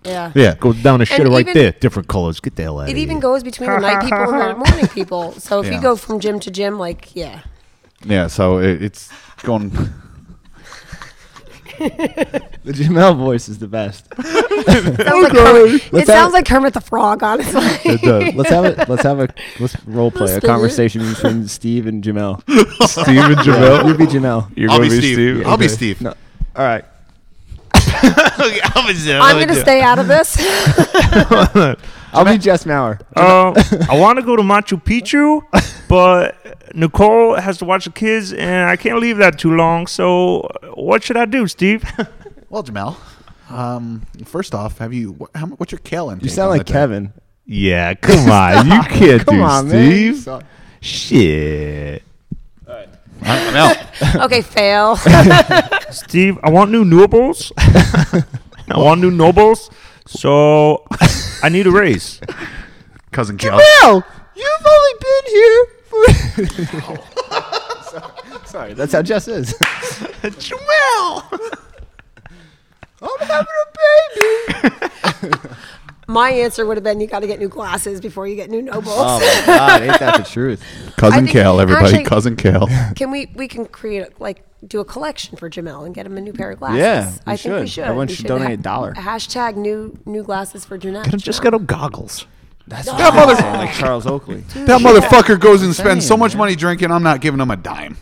D: yeah
C: yeah, goes down a
D: And
C: shitter right
D: even-
C: there. Different colors. Get the hell out
D: It
C: of
D: even
C: here.
D: goes between the night people and the morning people. So if
B: Yeah.
D: you go from gym to gym, like yeah,
B: Yeah, so it, it's going.
A: The Jamel voice is the best.
D: Sounds like Kermit, it
A: Let's have it.
D: sounds like Kermit the Frog, honestly.
A: It does. Let's have it. Let's have a let's role play
D: Let's
A: a
D: do it.
A: conversation between Steve and Jamel.
F: Steven Jamel.
A: You be Jamel.
F: You're
B: I'll
F: gonna
B: be Steve. I'll be
F: Okay.
B: Steve.
A: No. All right.
F: I'll be Steve.
D: I'm going to stay out of this.
A: I'll be Jess Mauer.
F: Uh,
E: I want to go to Machu Picchu, but Nicole has to watch the kids, and I can't leave that too long. So, uh, what should I do, Steve?
B: Well, Jamel. Um, first off, have you? What, how, mu- what's your kale intake?
A: You sound
B: on
A: like
B: the day?
A: Kevin.
C: Yeah, come on. You can't
A: Come
C: do
A: on, man.
C: Steve.
A: Suck.
C: Shit.
B: I'm, I'm out.
D: okay, fail.
E: Steve, I want new nobles. I want new nobles. So, I need a raise.
B: Cousin Kale.
A: Well, you've only been here for. sorry, sorry, that's how Jess is.
E: Jamel.
A: I'm having a baby.
D: My answer would have been you got to get new glasses before you get new nobles.
A: Oh my God, ain't that the truth?
D: I
B: Cousin
D: think-
B: Kale, everybody.
D: actually-
B: Cousin Kale.
D: Can we we can create like do a collection for Jamel and get him a new pair of glasses?
A: Yeah, we
D: I think we
A: should.
D: should.
A: Everyone
D: We
A: should donate
D: ha-
A: a dollar.
D: Hashtag new new glasses for Janelle.
C: Just get him goggles.
A: That's what I'm saying, like Charles Oakley.
B: That motherfucker goes and spends so
A: Insane,
B: much
A: man.
B: money drinking. I'm not giving him a dime.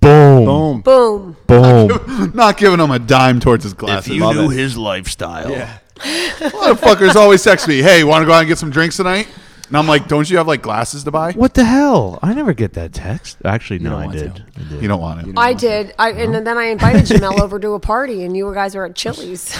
C: Boom.
A: Boom.
D: Boom.
C: Boom.
B: Not giving him a dime towards his glasses.
C: knew
E: his lifestyle.
B: Motherfuckers always text me, "Hey, want to go out and get some drinks tonight?" And I'm like, "Don't you have like glasses to buy?"
C: What the hell? I never get that text. Actually, no,
A: don't
C: I
A: want
C: did.
A: to.
C: I did.
B: You don't want it.
D: I did. I and then I invited Jamel over to a party, and you guys were at Chili's.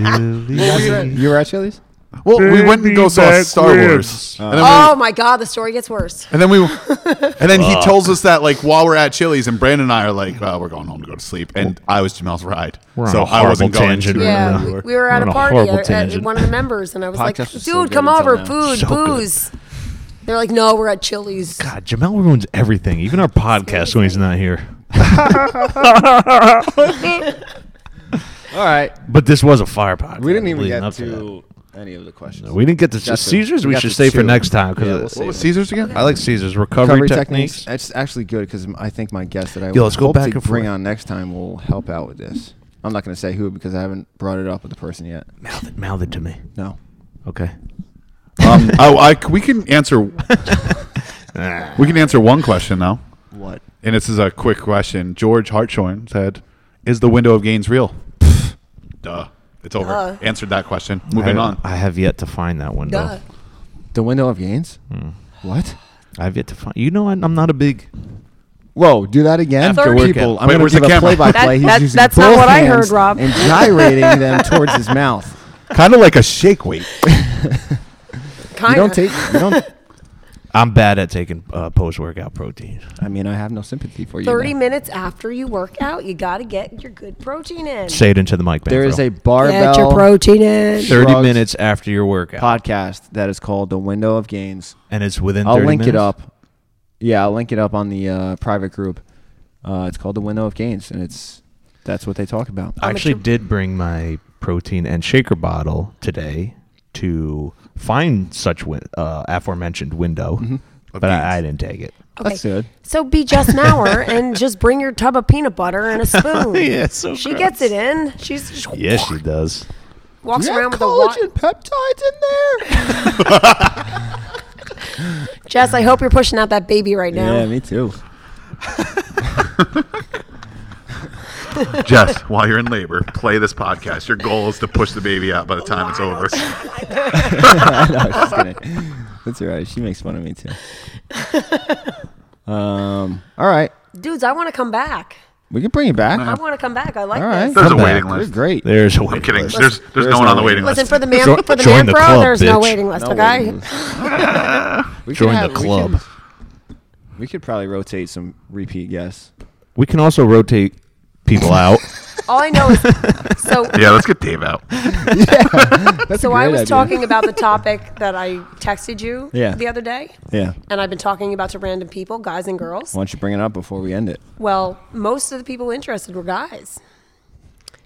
A: You were at Chili's?
B: Well, we went and go saw
E: Baby
B: Star Wars,
E: backwards.
B: and then,
D: oh my God, the story gets worse.
B: we, and then we, and then he tells us that like while we're at Chili's, and Brandon and I are like, well, "We're going home to go to sleep," and I was Jamel's ride,
C: on
B: so
C: a
B: I wasn't
C: horrible
B: going.
C: tangent
B: to-
C: right
D: Yeah,
C: now.
D: we, we were at
C: on
D: a
C: a
D: party
C: horrible
D: at, at
C: tangent.
D: one of the members, and I was like,
A: Podcast was so
D: "Dude,
A: good
D: come
A: until
D: over,
A: now."
D: food,
C: So good.
D: booze." They're like, "No, we're at Chili's."
C: God, Jamel ruins everything, even our podcast when he's not here.
A: All right.
C: But this was a fire podcast.
A: We didn't even
C: leading
A: get
C: up that.
A: to any of the questions.
C: We didn't get to
A: Got to-
C: Caesars.
A: we
C: We
A: got
C: should
A: to
C: save for
A: two.
C: next time
A: Yeah,
C: because
A: we'll save
B: What was
A: it.
B: Caesars again?
C: I like Caesars recovery, techniques.
A: It's actually good because I think my guest that I
C: Yo, let's go
A: hope
C: back
A: to
C: and
A: bring
C: forth.
A: on next time will help out with this. I'm not going to say who because I haven't brought it up with the person yet.
C: Mouth it, mouth it to me.
A: No.
C: Okay.
B: Um, oh, I we can answer. we can answer one question though,
A: What?
B: and this is a quick question. George Hartshorn said, "Is the window of gains real?" Duh, it's over.
D: Duh.
B: Answered that question. Moving
C: I,
B: on.
C: I have yet to find that window.
D: Duh.
A: The window of gains? What?
C: I have yet to find. You know, I, I'm not a big.
A: Whoa, do that again.
D: After workout.
A: people, I'm going to
B: Wait, where's the
A: give a
B: camera?
D: That-
A: play-by-play. He's
D: that-
A: using
D: that's not
A: both
D: what I
A: hands
D: heard, Rob.
A: And gyrating them towards his mouth.
B: kind of like a shake weight.
D: Kind
A: You
D: of.
A: don't take. You don't.
C: I'm bad at taking uh, post-workout protein.
A: I mean, I have no sympathy for you.
D: 30
A: man.
D: minutes after you work out, you got to get your good protein in.
C: Say it into the mic.
A: There is a
D: Get your
A: barbell
D: protein in.
A: Sure.
C: 30
A: drugs.
C: minutes after your workout,
A: podcast that is called "The Window of Gains."
C: and it's within.
A: I'll
C: 30
A: link it
C: minutes?
A: up. Yeah, I'll link it up on the uh, private group. Uh, it's called the Window of Gains, and it's that's what they talk about.
C: I
D: I'm a
C: actually
D: tr-
C: did bring my protein and shaker bottle today to find such win- uh, aforementioned window,
A: Mm-hmm.
C: but I, I didn't take it.
D: Okay.
A: That's good.
D: So be just an hour and just bring your tub of peanut butter and a spoon.
C: Yeah, so
D: she
C: gross.
D: gets it in. She's just
C: Yes, she does.
D: walks around with a watch.
A: peptides in there.
D: Jess, I hope you're pushing out that baby right now.
A: Yeah, me too.
B: Jess, while you're in labor, play this podcast. Your goal is to push the baby out by the time it's over.
A: I know, she's gonna- that's all right. She makes fun of me too. Um. All right,
D: Dudes, I want to come back.
A: we can bring you back.
D: I want to come back. I like
A: all right.
D: this.
B: There's a
C: back.
B: waiting
A: You're
B: list.
A: great.
C: There's a way.
B: I'm kidding. There's there's, no one on the waiting list.
D: Listen, for the man,
C: Jo-
D: for the
C: join
D: man
C: the
D: bro,
C: club,
D: there's no
C: bitch.
D: waiting list,
A: No
D: okay?
A: waiting list. we could
C: Join the
A: have- we
C: club.
A: could- we could probably rotate some repeat guests.
C: We can also rotate people out.
D: All I know is, so
B: yeah, let's get Dave out.
D: so I
A: great
D: was
A: idea.
D: talking about the topic that I texted you
A: Yeah.
D: the other day,
A: Yeah.
D: and I've been talking about to random people, guys and girls.
A: Why don't you bring it up before we end it?
D: Well, most of the people interested were guys.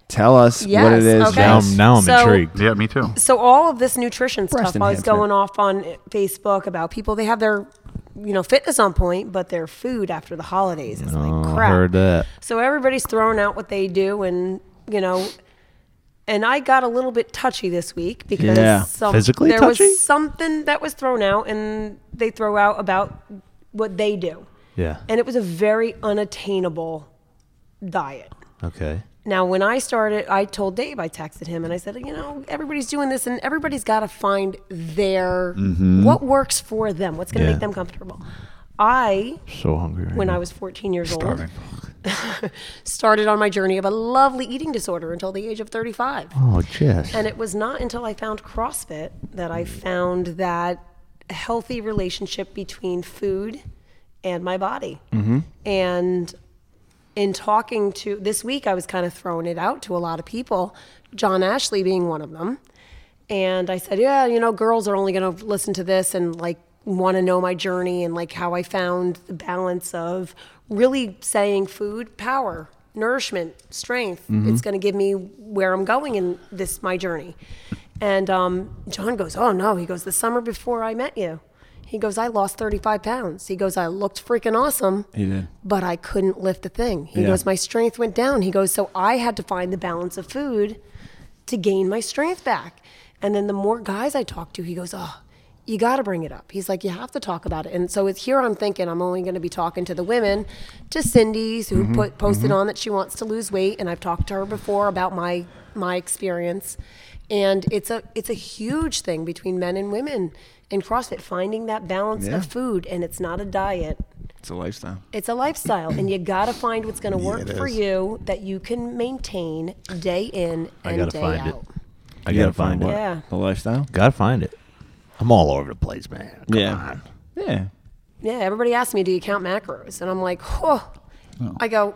A: Tell us what it
D: Yes,
A: is.
D: okay.
C: now,
A: Jess.
C: I'm- now I'm
D: So-
C: intrigued.
B: Yeah, me too.
D: So all of this nutrition
A: Breast
D: stuff I was
A: enhancement.
D: going off on Facebook about people. They have their you know, fitness on point, but their food after the holidays is
C: Oh,
D: like
C: I
D: crap.
C: heard that.
D: So everybody's throwing out what they do, and you know, and I got a little bit touchy this week because
A: Yeah.
D: some,
C: Physically
D: there
C: touchy?
D: was something that was thrown out, and they throw out about what they do,
C: Yeah.
D: and it was a very unattainable diet.
C: Okay.
D: Now, when I started, I told Dave, I texted him, and I said, you know, everybody's doing this, and everybody's got to find their what works for them, what's going to
C: Mm-hmm. Yeah.
D: make them comfortable. I,
C: So hungry. Right
D: when
C: now.
D: I was 14 years
B: Starving.
D: old, started on my journey of a lovely eating disorder until the age of 35.
C: Oh, Jess.
D: And it was not until I found CrossFit that I found that healthy relationship between food and my body.
C: Mm-hmm.
D: And in talking to this week, I was kind of throwing it out to a lot of people, John Ashley being one of them. And I said, Yeah, you know, girls are only going to listen to this and like want to know my journey and like how I found the balance of really saying food, power, nourishment, strength.
A: Mm-hmm.
D: It's going to give me where I'm going in this, my journey. And um, John goes, Oh no. He goes, The summer before I met you, he goes, I lost 35 pounds. He goes, I looked freaking awesome
A: He did.
D: but I couldn't lift a thing. He
A: Yeah.
D: goes, my strength went down. He goes, so I had to find the balance of food to gain my strength back. And then the more guys I talk to, he goes, oh, you got to bring it up. He's like, you have to talk about it. And so it's here I'm thinking I'm only going to be talking to the women, to Cindy's who
A: Mm-hmm.
D: put posted on that she wants to lose weight, and I've talked to her before about my my experience. And it's a it's a huge thing between men and women in CrossFit finding that balance
A: Yeah.
D: of food, and it's not a diet
A: It's a lifestyle.
D: it's a lifestyle and you gotta find what's gonna work
B: it
D: for
B: is.
D: you that you can maintain day in and
C: I gotta
D: day
C: find it.
D: out
C: I
A: You gotta find
D: it.
A: what?
D: Yeah.
A: The lifestyle.
C: Gotta find it. I'm all over the place, man. Come
A: Yeah.
C: on.
A: Yeah.
D: yeah everybody asks me do you count macros and i'm like oh i go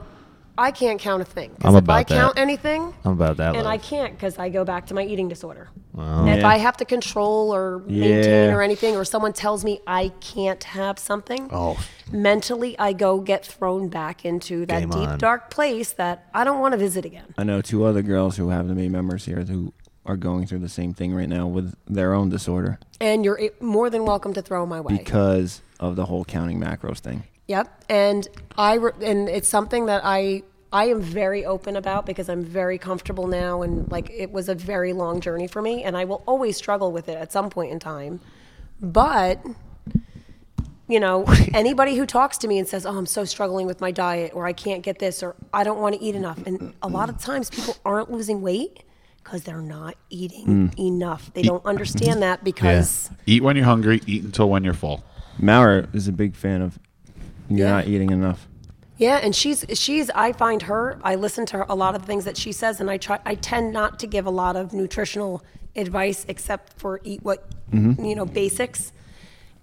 D: i can't count a thing
C: I'm
D: 'Cause if i
C: about that.
D: count anything
C: I'm about that.
D: and i
C: life.
D: can't because i go back to my eating disorder
C: Wow.
D: if
A: Yeah.
D: i have to control or maintain
A: Yeah.
D: or anything or someone tells me i can't have something
C: Oh.
D: mentally i go get thrown back into that
C: Game
D: deep
C: on.
D: dark place that i don't want to visit again
A: I know two other girls who have the main members here who are going through the same thing right now with their own disorder
D: and you're eh, more than welcome to throw my way
A: because of the whole counting macros thing.
D: Yep, and I re- and it's something that I I am very open about because I'm very comfortable now, and like it was a very long journey for me, and I will always struggle with it at some point in time. But you know, anybody who talks to me and says, "Oh, I'm so struggling with my diet," or "I can't get this," or "I don't want to eat enough," and a lot of times people aren't losing weight because they're not eating enough. They don't understand that because
B: Eat when you're hungry. Eat until when you're full.
A: Maurer is a big fan of you're
D: Yeah.
A: not eating enough.
D: Yeah, and she's she's I find her I listen to her, a lot of the things that she says and I try I tend not to give a lot of nutritional advice except for eat what you know basics.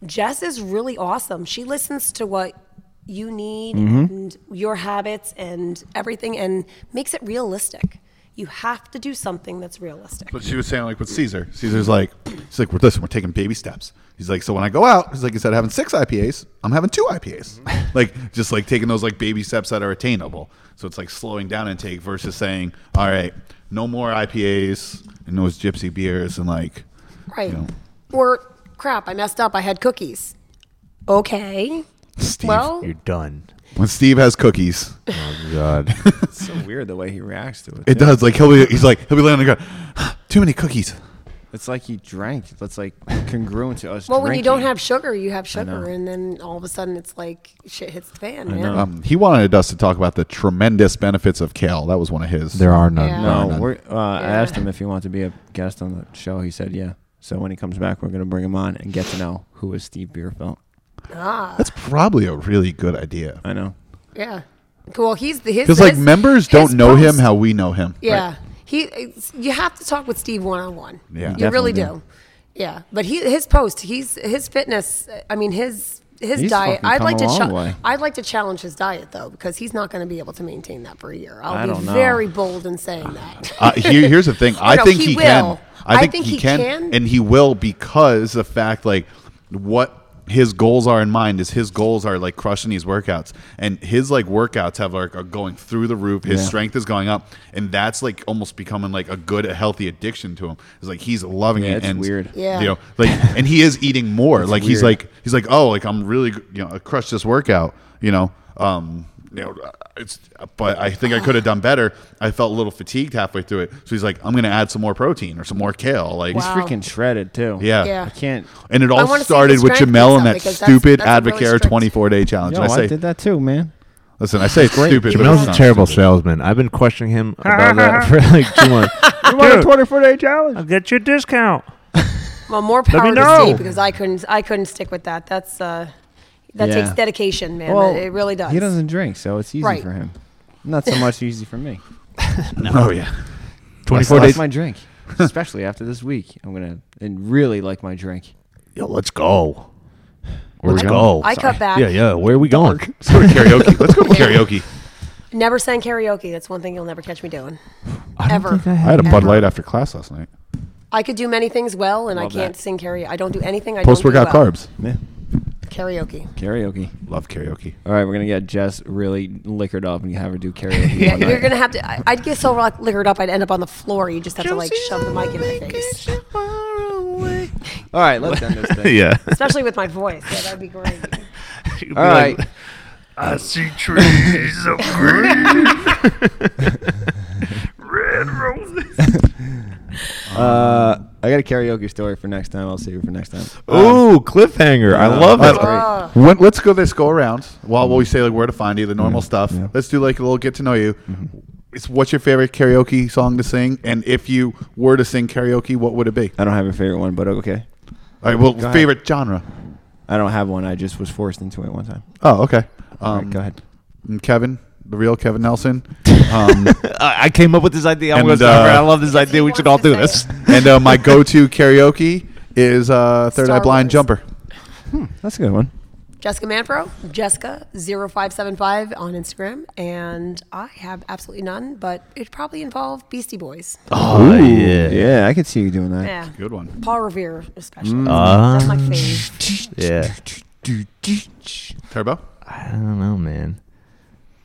D: Jess is really awesome. She listens to what you need and your habits and everything and makes it realistic. You have to do something that's realistic.
B: But she was saying like with Caesar. Caesar's like, he's like, we're listen, we're taking baby steps. He's like, so when I go out, he's like, instead of having six IPAs, I'm having two IPAs. like just like taking those like baby steps that are attainable. So it's like slowing down intake versus saying, all right, no more IPAs and those gypsy beers and like,
D: right.
B: you know.
D: Or crap, I messed up. I had cookies. Okay.
B: Steve.
D: Well,
C: You're done.
B: when Steve has cookies,
C: Oh God.
A: It's so weird the way he reacts to it.
B: it
A: too.
B: does like he'll be he's like he'll be laying on the ground. Too many cookies.
A: It's like he drank. That's like congruent to us.
D: Well, when you don't
A: drinking.
D: have sugar, you have sugar,
A: know.
D: and then all of a sudden it's like shit hits the fan, man.
A: know.
B: Um, he wanted us to talk about the tremendous benefits of kale. That was one of his.
C: There are none.
D: Yeah.
A: No,
B: None.
A: we're, uh, I asked him if he wanted to be a guest on the show. He said yeah. So when he comes back, we're gonna bring him on and get to know who is Steve Bierfeld.
B: That's probably a really good idea.
A: I know.
D: Yeah. Well, he's the his
B: Because like
D: his-
B: members
D: his
B: don't know him
D: post-
B: how we know him.
D: Yeah.
B: Right.
D: He. It's, you have to talk with Steve one on one.
B: Yeah.
D: You
A: Definitely
D: really do. Yeah, but he his post, he's his fitness. I mean his. His
A: He's
D: diet.
A: fucking
D: I'd
A: come
D: like
A: a
D: to.
A: long
D: Cha-
A: way.
D: I'd like to challenge his diet though, because he's not going to be able to maintain that for a year. I'll
A: I
D: be
A: don't know.
D: very bold in saying that.
B: Uh, here- here's the thing. I
D: no,
B: think
D: he
B: he,
D: will.
B: can. I think, he, can,
D: can.
B: and he will because the fact like what his goals are in mind is his goals are like crushing these workouts and his like workouts have like are going through the roof his
A: Yeah.
B: strength is going up and that's like almost becoming like a good a healthy addiction to him it's like he's loving
A: Yeah,
B: it
A: it's
B: and
A: weird.
D: Yeah.
B: you know like and he is eating more like he's
A: weird.
B: like he's like oh like i'm really you know i crushed this workout you know um you know it's but i think i could have done better i felt a little fatigued halfway through it so he's like i'm gonna add some more protein or some more kale like
A: He's
D: Wow.
A: freaking shredded too.
B: yeah.
D: Yeah.
A: I can't.
B: And it
D: I
B: all
D: wanna see
B: started
D: the
B: with
D: strength
B: Jamel
D: stuff
B: and that
D: because that's-
B: stupid
D: that's a really
B: Advocare
D: strict-
B: 24 day challenge.
A: Yo,
B: And I
A: I
B: say,
A: did that too, man.
B: listen, I say it's stupid. but
C: Jamel's
B: it's
C: a
B: not
C: terrible
B: stupid.
C: salesman. I've been questioning him about that for like two months.
F: You want a
A: 24 day challenge.
F: I'll get you a discount.
D: Well, more power to
F: know.
D: Steve because I couldn't. I couldn't stick with that. That's uh, that
A: Yeah.
D: takes dedication, man.
A: Well,
D: it really does.
A: He doesn't drink, so it's easy
D: Right.
A: for him. Not so much easy for me.
B: Oh, yeah.
A: I
C: 24
A: still like
C: days.
A: my drink, especially after this week. I'm gonna and really like my drink.
C: Yo, let's go. Let's
D: I-
C: go.
D: I cut back.
C: Yeah, yeah. Where are we going?
B: Let's go to karaoke. Let's go to karaoke.
D: Never sang karaoke. That's one thing you'll never catch me doing. Ever.
B: I had a Bud
D: Ever.
B: Light after class last night.
D: I could do many things well, and
A: Love
D: I can't
A: that.
D: sing karaoke. I don't do anything. I
B: Post
D: don't
B: workout
D: do well.
B: carbs.
A: Yeah,
D: Karaoke.
A: karaoke.
B: Love karaoke.
A: All right, we're gonna get Jess really liquored up and have her do karaoke.
D: Yeah,
A: all night.
D: you're gonna have to. I, I'd get so rock- liquored up, I'd end up on the floor. You just have to like shove the mic in my face,
A: All right, let's end this thing.
E: yeah.
D: especially with my voice. Yeah, that'd be great.
A: All right,
E: I see trees of green, red roses.
A: uh, I got a karaoke story for next time. I'll save it for next time.
C: Ooh, cliffhanger. I love
A: that's
C: it.
A: great.
D: Oh,
B: When, let's go this go around while we say like where to find you, the normal stuff.
A: yeah.
B: Let's do like a little get to know you. It's what's your favorite karaoke song to sing, and if you were to sing karaoke, what would it be?
A: I don't have a favorite one, but okay.
B: All right, well,
A: Uh, Go ahead.
B: favorite genre.
A: I don't have one. I just was forced into it one time.
B: Oh, okay.
A: All
B: Um,
A: right, go ahead.
B: Kevin, the real Kevin Nelson. Um,
C: I I came up with this idea. I'm
B: And,
C: going to
B: uh,
C: I love this idea. We should all do this.
B: and uh, my go-to karaoke is uh, Third
D: Star
B: Eye Blind
D: Wars.
B: Jumper.
A: That's a good one.
D: Jessica Manfro, Jessica 0575 on Instagram, and I have absolutely none, but it probably involved Beastie Boys,
C: Oh, yeah.
A: Yeah, I could see you doing that.
D: yeah,
B: Good one.
D: Paul Revere especially.
C: Ah.
D: That's my fave.
C: Yeah.
B: Turbo.
C: I don't know, man.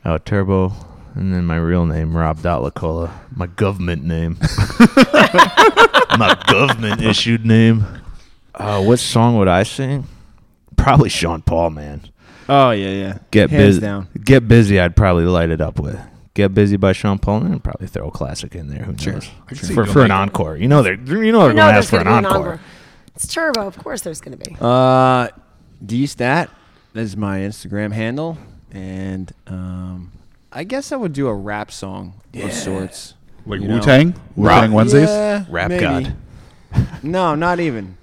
C: Oh, Turbo. And then my real name, Rob Dotlacola. My government name. my government issued name. Uh, what song would I sing? Probably Sean Paul, man.
A: Oh yeah, yeah.
C: Get
A: Hands
C: busy.
A: down.
C: Get busy. I'd probably light it up with. Get busy by Sean Paul, and probably throw a classic in there. Who knows?
B: Sure.
C: For, for an encore, you know they're you know they're
D: You
C: gonna
D: know
C: ask
D: there's
C: for
D: gonna
C: an
D: be an
C: encore.
D: encore. It's Turbo, of course. There's gonna be.
A: Uh, D Stat is my Instagram handle, and um, I guess I would do a rap song of sorts.
B: Like
A: You know.
B: Wu Tang. Wu Tang Wednesdays.
A: Yeah,
C: Rap
A: maybe.
C: God.
A: No, not even.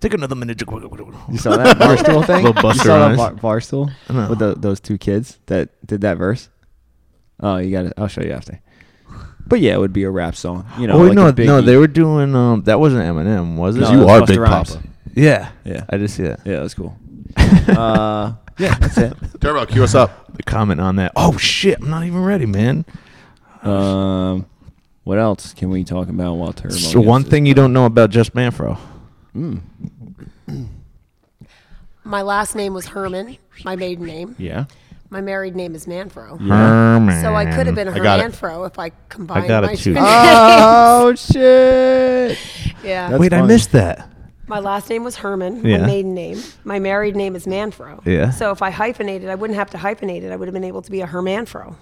C: Take another minute. To
A: You saw that barstool thing?
C: Little Busta
A: you saw that bar-
C: Rhymes.
A: barstool
C: No.
A: with tho- those two kids that did that verse. Oh, you got it. I'll show you after. But yeah, it would be a rap song. You know,
C: oh
A: like
C: no,
A: a big
C: no, they were doing um that wasn't Eminem, was it?
A: No,
C: Oh,
A: You that's are Busta Big Rhymes. Papa.
C: Yeah,
A: Yeah.
C: I just see that.
A: Yeah, that's cool. uh, yeah, that's it.
B: Turbo, cue us up.
C: The comment on that. Oh shit, I'm not even ready, man.
A: Um, what else can we talk about while Turbo?
C: So one
A: gets
C: thing you don't know about Just Manfro.
D: My last name was Herman, my maiden name.
A: his- Yeah.
D: My married name is Manfro.
C: Herman.
D: So I could have been a
C: I got it.
D: Hermanfro if I combined
C: I got it
D: my
C: too.
D: two
A: Oh shit!
D: names. Yeah.
A: That's
C: Wait, I
A: funny.
C: missed that.
D: my last name was Herman,
C: Yeah.
D: my maiden name. My married name is Manfro.
C: Yeah.
D: So if I hyphenated, I wouldn't have to hyphenate it. I would have been able to be a Hermanfro.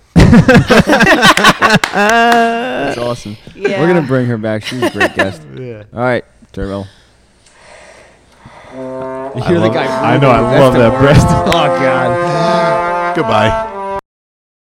A: That's awesome.
D: Yeah.
A: We're gonna bring her back. She's a great guest. yeah. All right, Turbo. You hear the guy?
B: I know. I love that breast.
A: Oh god.
B: Goodbye.